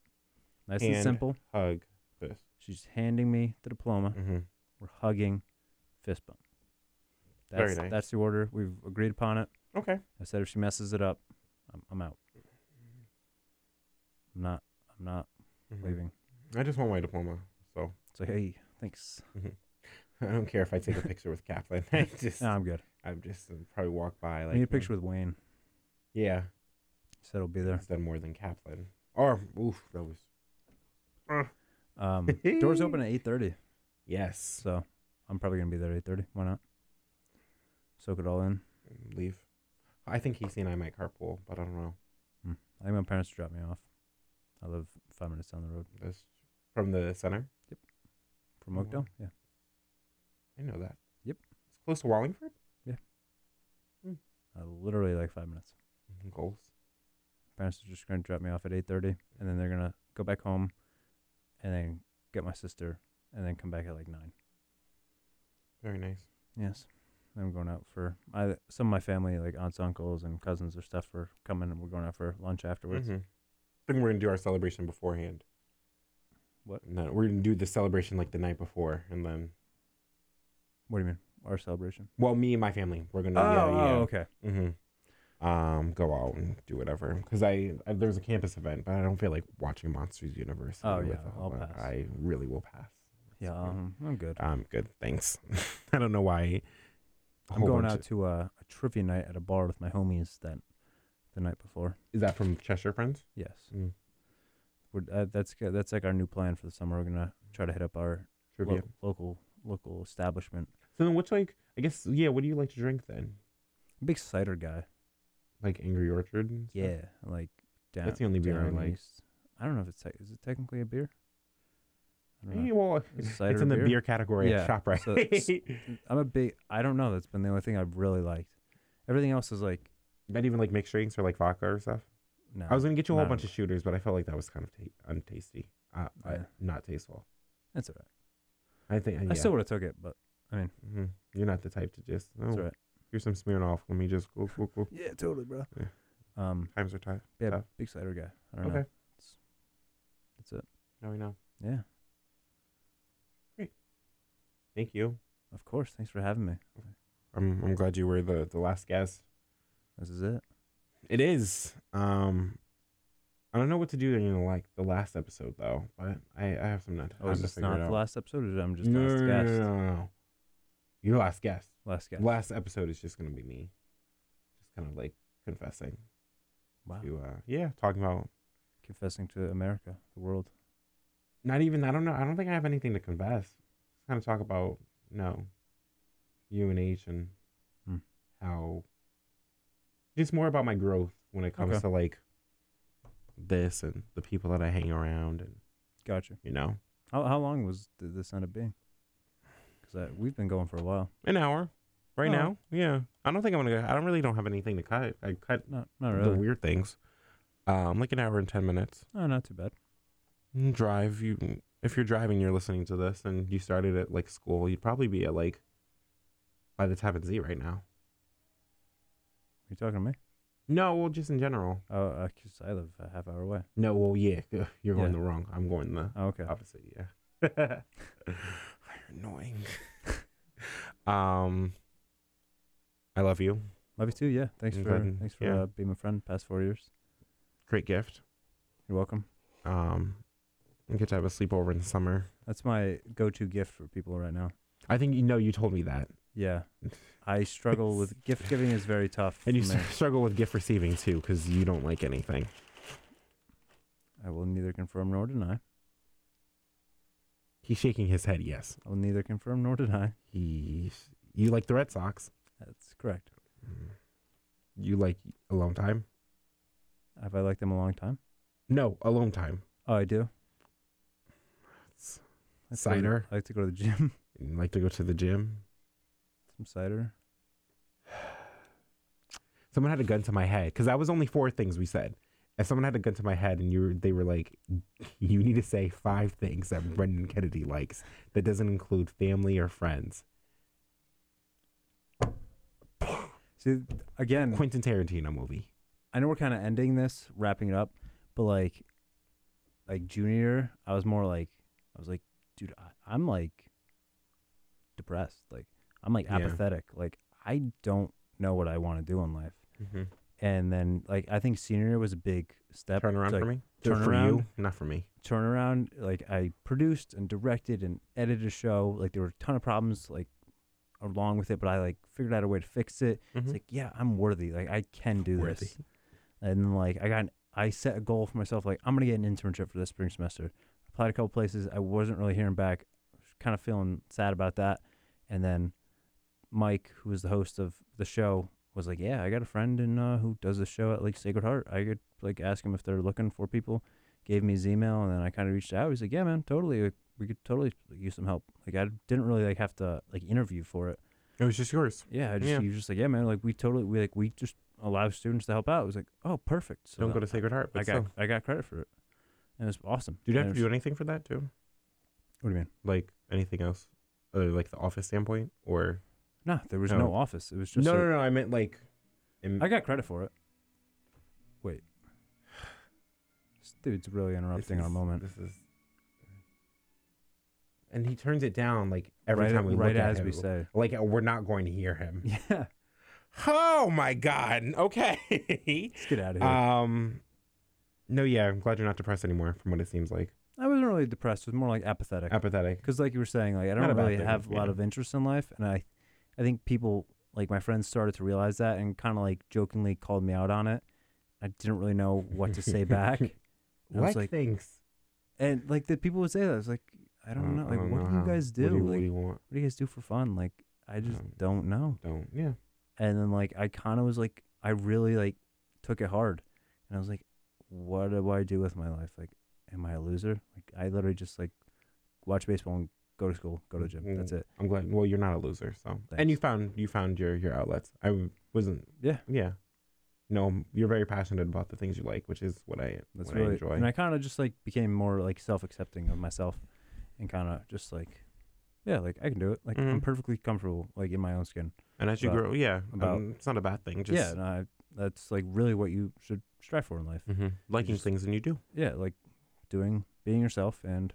Nice and Hand. simple. Hug fist. She's handing me the diploma. Mm-hmm. We're hugging, fist bump. Very That's, nice. that's the order. We've agreed upon it. Okay. I said if she messes it up, I'm, I'm out. I'm not. I'm not Mhm. Mm-hmm. leaving. I just want my diploma, [laughs] so It's like, hey, thanks. I don't care if I take a picture with Kaplan. [laughs] I just, No, I'm good. I'm just I'll probably walk by like I need a hmm. picture with Wayne. Yeah. He said he'll be there. It's done more than Kaplan. Or oof, that was [laughs] Um, doors open at eight thirty. yes. So I'm probably gonna be there at 8:30. Why not? Soak it all in. Leave. I think Casey and I might carpool, but I don't know. I think my parents dropped me off. I live five minutes down the road That's from the center. from Oh, Oakdale. Yeah, I know that. Yep. It's close to Wallingford. Mm-hmm. uh, literally like five minutes. Goals. parents are just gonna drop me off at eight thirty, and then they're gonna go back home, and then get my sister, and then come back at like nine. Very nice. Yes, I'm going out for I, some of my family, like aunts, uncles, and cousins or stuff, are coming, and we're going out for lunch afterwards. Mhm. I think we're gonna do our celebration beforehand. What? No, we're gonna do the celebration like the night before, and then What do you mean? Our celebration? well, me and my family, we're gonna oh, Mm-hmm. yeah, okay. yeah, hmm um, go out and do whatever. Because I, I there's a campus event, but I don't feel like watching Monsters University. Oh, with yeah, all I'll that. pass. I really will pass. Yeah, um, I'm good. Um, good, thanks. [laughs] I don't know why. a I'm whole going bunch out of- to a, a trivia night at a bar with my homies that the night before. is that from Cheshire Friends? Yes, Mm. we're, uh, that's good. That's like our new plan for the summer. We're gonna try to hit up our Trivia. lo- local local establishment. So then, what's like? I guess yeah. What do you like to drink then? I'm a big cider guy. Like Angry Orchard. and stuff? Yeah, like down. the only beer I down like. east. I don't know if it's te- is it technically a beer. I don't Eh, know. well, Is cider it's in the beer? beer, category Yeah, at Shoprite. [laughs] so it's- I'm a big. I don't know. That's been the only thing I've really liked. Everything else is like Not even like mixed drinks or like vodka or stuff. no. I was gonna get you a whole no. bunch of shooters, but I felt like that was kind of ta- untasty, uh, uh, Yeah. not tasteful. That's all right. I think yeah. I still would have took it, but Mhm. You're not the type to just. Oh, that's all right. Here's some Smirnoff. Let me just go, go, go. Yeah, totally, bro. Yeah. Um, Times are tight. yeah, Tough. big cider guy. I don't Okay. know. It's, that's it. Now we know. Yeah, Thank you. of course. Thanks for having me. I'm I'm glad you were the the last guest. This is it. It is. Um, I don't know what to do in like the last episode though, but I I have some not. Oh, time is to this figure it not the out. last episode? Or I'm just no, last no, no, guest. no, no, no, no. Your last guest. Last guest. Last episode is just gonna be me, just kind of like confessing Wow. to uh yeah talking about Confessing to America, the world. not even I don't know I don't think I have anything to confess. Just kind of talk about you know UNH and Hmm. how just more about my growth when it comes Okay. to like this and the people that I hang around and Gotcha. you know How how long was did this end up being? Because we've been going for a while. an hour right Oh. now yeah I don't think I'm gonna I don't really don't have anything to cut I cut Not not the really. weird things um like an hour and ten minutes No, not too bad. Mm, drive you if you're driving you're listening to this and you started at like school you'd probably be at like by the time it's Z right now Are you talking to me? no well just in general Oh, uh 'cause I live a half hour away. no well yeah [laughs] ugh, you're going Yeah. the wrong i'm going the Oh, okay. opposite yeah [laughs] you're annoying [laughs] um i love you Love you too. Yeah. Thanks I'm for glad- thanks for yeah. uh, being my friend. Past four years. great gift You're welcome. um we get to have a sleepover in the summer That's my go-to gift for people right now. i think you know you told me that [laughs] Yeah. I struggle with gift giving is very tough. and you for me. [laughs] struggle with gift receiving too because you don't like anything I will neither confirm nor deny. he's shaking his head yes I will neither confirm nor deny. He, you like the Red Sox. Mm. That's correct. You like Alone Time? Have I liked them a long time? No, Alone Time. Oh, I do. It's I like to go to- cider. I like to go to the gym. [laughs] You like to go to the gym. Some cider. Someone had a gun to my head because that was only four things we said. If someone had a gun to my head and you were, they were like, [laughs] you need to say five things that Brendan Kennedy likes that doesn't include family or friends. See, again, Quentin Tarantino movie. I know we're kind of ending this, wrapping it up, but like, like junior, year, I was more like, I was like, dude, I, I'm like depressed. Like, I'm like Yeah. apathetic. Like, I don't know what I want to do in life. Mm-hmm. And then, like, I think senior year was a big step. Turn around to, for like, me. Or for you, turnaround. not for me. Turnaround. Like, I produced and directed and edited a show. Like, there were a ton of problems like along with it, but I like figured out a way to fix it. It's like, yeah, I'm worthy. Like, I can do Mm-hmm. Worthy. this. And like I got, an, I set a goal for myself. Like I'm gonna get an internship for this spring semester. Applied a couple places. I wasn't really hearing back. Kind of feeling sad about that. And then Mike, who was the host of the show, was like, "Yeah, I got a friend in uh, who does a show at like Sacred Heart. I could like ask him if they're looking for people." Gave me his email, and then I kind of reached out. He's like, "Yeah, man, totally. Like, we could totally use some help. Like I didn't really like have to like interview for it." It was just yours. Yeah, I just Yeah. you just like yeah, man. Like we totally we like we just allow students to help out. It was like, oh, perfect. So Don't go then to Sacred Heart. But I got still. I got credit for it, and it was awesome. Did you have And to it do was- anything for that too? What do you mean? Like anything else, other than, like the office standpoint, or No, there was No. no, office. It was just a- no. I meant like. in- I got credit for it. Wait. This dude's really this interrupting our is- moment. This is. And he turns it down like every right time we right look at as him. [laughs] we say. Like uh, we're not going to hear him. Yeah. Oh my god. [laughs] Okay. Let's get out of here. um. No, yeah. I'm glad you're not depressed anymore, from what it seems like. I wasn't really depressed. It was more like apathetic. Apathetic. Because, like you were saying, like I Not a don't bad really thing, have a lot yeah. of interest in life, and I, I think people like my friends started to realize that and kind of like jokingly called me out on it. I didn't really know what to say [laughs] back. And I Like, was like, things. and like the people would say that. I was like, I don't know. Like, what do you how. guys do? What do you, like, what do you want? what do you guys do for fun? Like, I just Um, don't know. Don't. Yeah. and then like I kind of was like I really like took it hard, and I was like, what do I do with my life? Like, am I a loser? Like I literally just like watch baseball and go to school, go to the gym. That's it. I'm glad. Well, you're not a loser, so. And you found you found your your outlets. I w- wasn't. Yeah. Yeah. No, you're very passionate about the things you like, which is what I That's what I really enjoy. and I kind of just like became more like self accepting of myself, and kind of just like. Yeah, like I can do it. Like I'm Mhm. perfectly comfortable, like in my own skin. and as you about- grow, yeah, about- um, it's not a bad thing. Just yeah, and I, that's like really what you should strive for in life. mhm, liking just- things and you do. Yeah, like doing, being yourself, and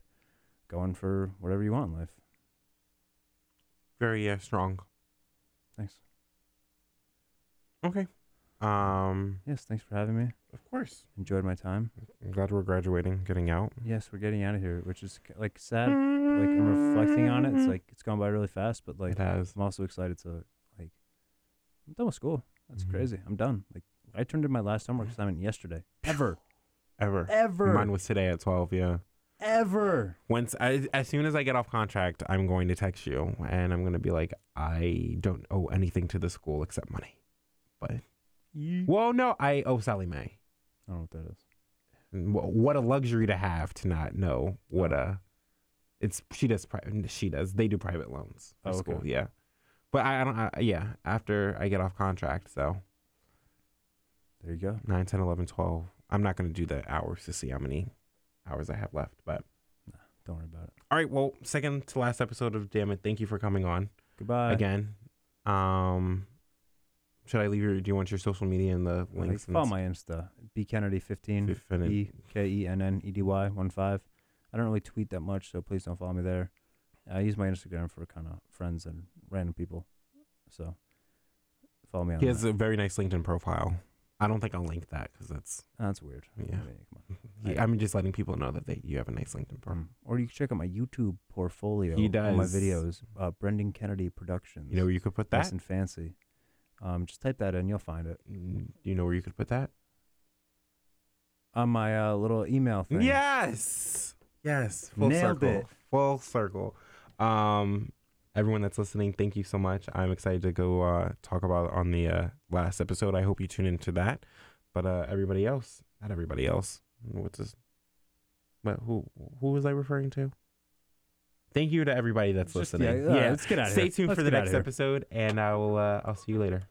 going for whatever you want in life. Very uh, strong. Thanks. Okay. Um. Yes, thanks for having me. Of course. enjoyed my time. I'm glad we're graduating, getting out. Yes, we're getting out of here, which is ki- like sad. Like I'm reflecting on it. It's like it's gone by really fast, but like it has. I'm also excited to like I'm done with school. That's Mhm. crazy. I'm done. Like I turned in my last homework [laughs] assignment yesterday. Ever, Ever. ever, Mine was today at 12, yeah. ever. Once I, as soon as I get off contract, I'm going to text you and I'm going to be like, I don't owe anything to the school except money. Yeet. Well, no, I owe Sally Mae. I don't know what that is. Wh- What a luxury to have to not know what Oh. a it's she does private she does they do private loans for Oh, okay. school yeah, but I, I don't I, yeah after I get off contract so There you go. 9, 10, 11, 12. I'm not going to do the hours to see how many hours I have left. But Don't worry about it. all right, well, second to last episode of Damn It. Thank you for coming on Goodbye. again. Um, should I leave your? Do you want your social media and the Like, links? follow my Insta, b kennedy and fifteen, stuff if any- e k e n n e d y one five. I don't really tweet that much, so please don't follow me there. I use my Instagram for kind of friends and random people, so follow me on. He has that. a very nice LinkedIn profile. I don't think I'll link that because that's. That's weird. Yeah. I mean, come on. He, I'm just letting people know that they, you have a nice LinkedIn profile. Um, or you can check out my YouTube portfolio. He all my does. videos. Uh, Brendan Kennedy Productions. You know where you could put nice that. and fancy. Um, just type that in, you'll find it Mm, You know where you could put that. on my uh, little email thing. Yes. Yes. Full Nailed circle. it. Full circle. Um, everyone that's listening, thank you so much. I'm excited to go uh, talk about it on the uh, last episode. I hope you tune into that. But uh, everybody else, not everybody else. What's this? But who who was I referring to? Thank you to everybody that's Just- listening. yeah, uh, let's get out of Stay here. tuned Let's for the get next outta here. episode, and I will. Uh, I'll see you later.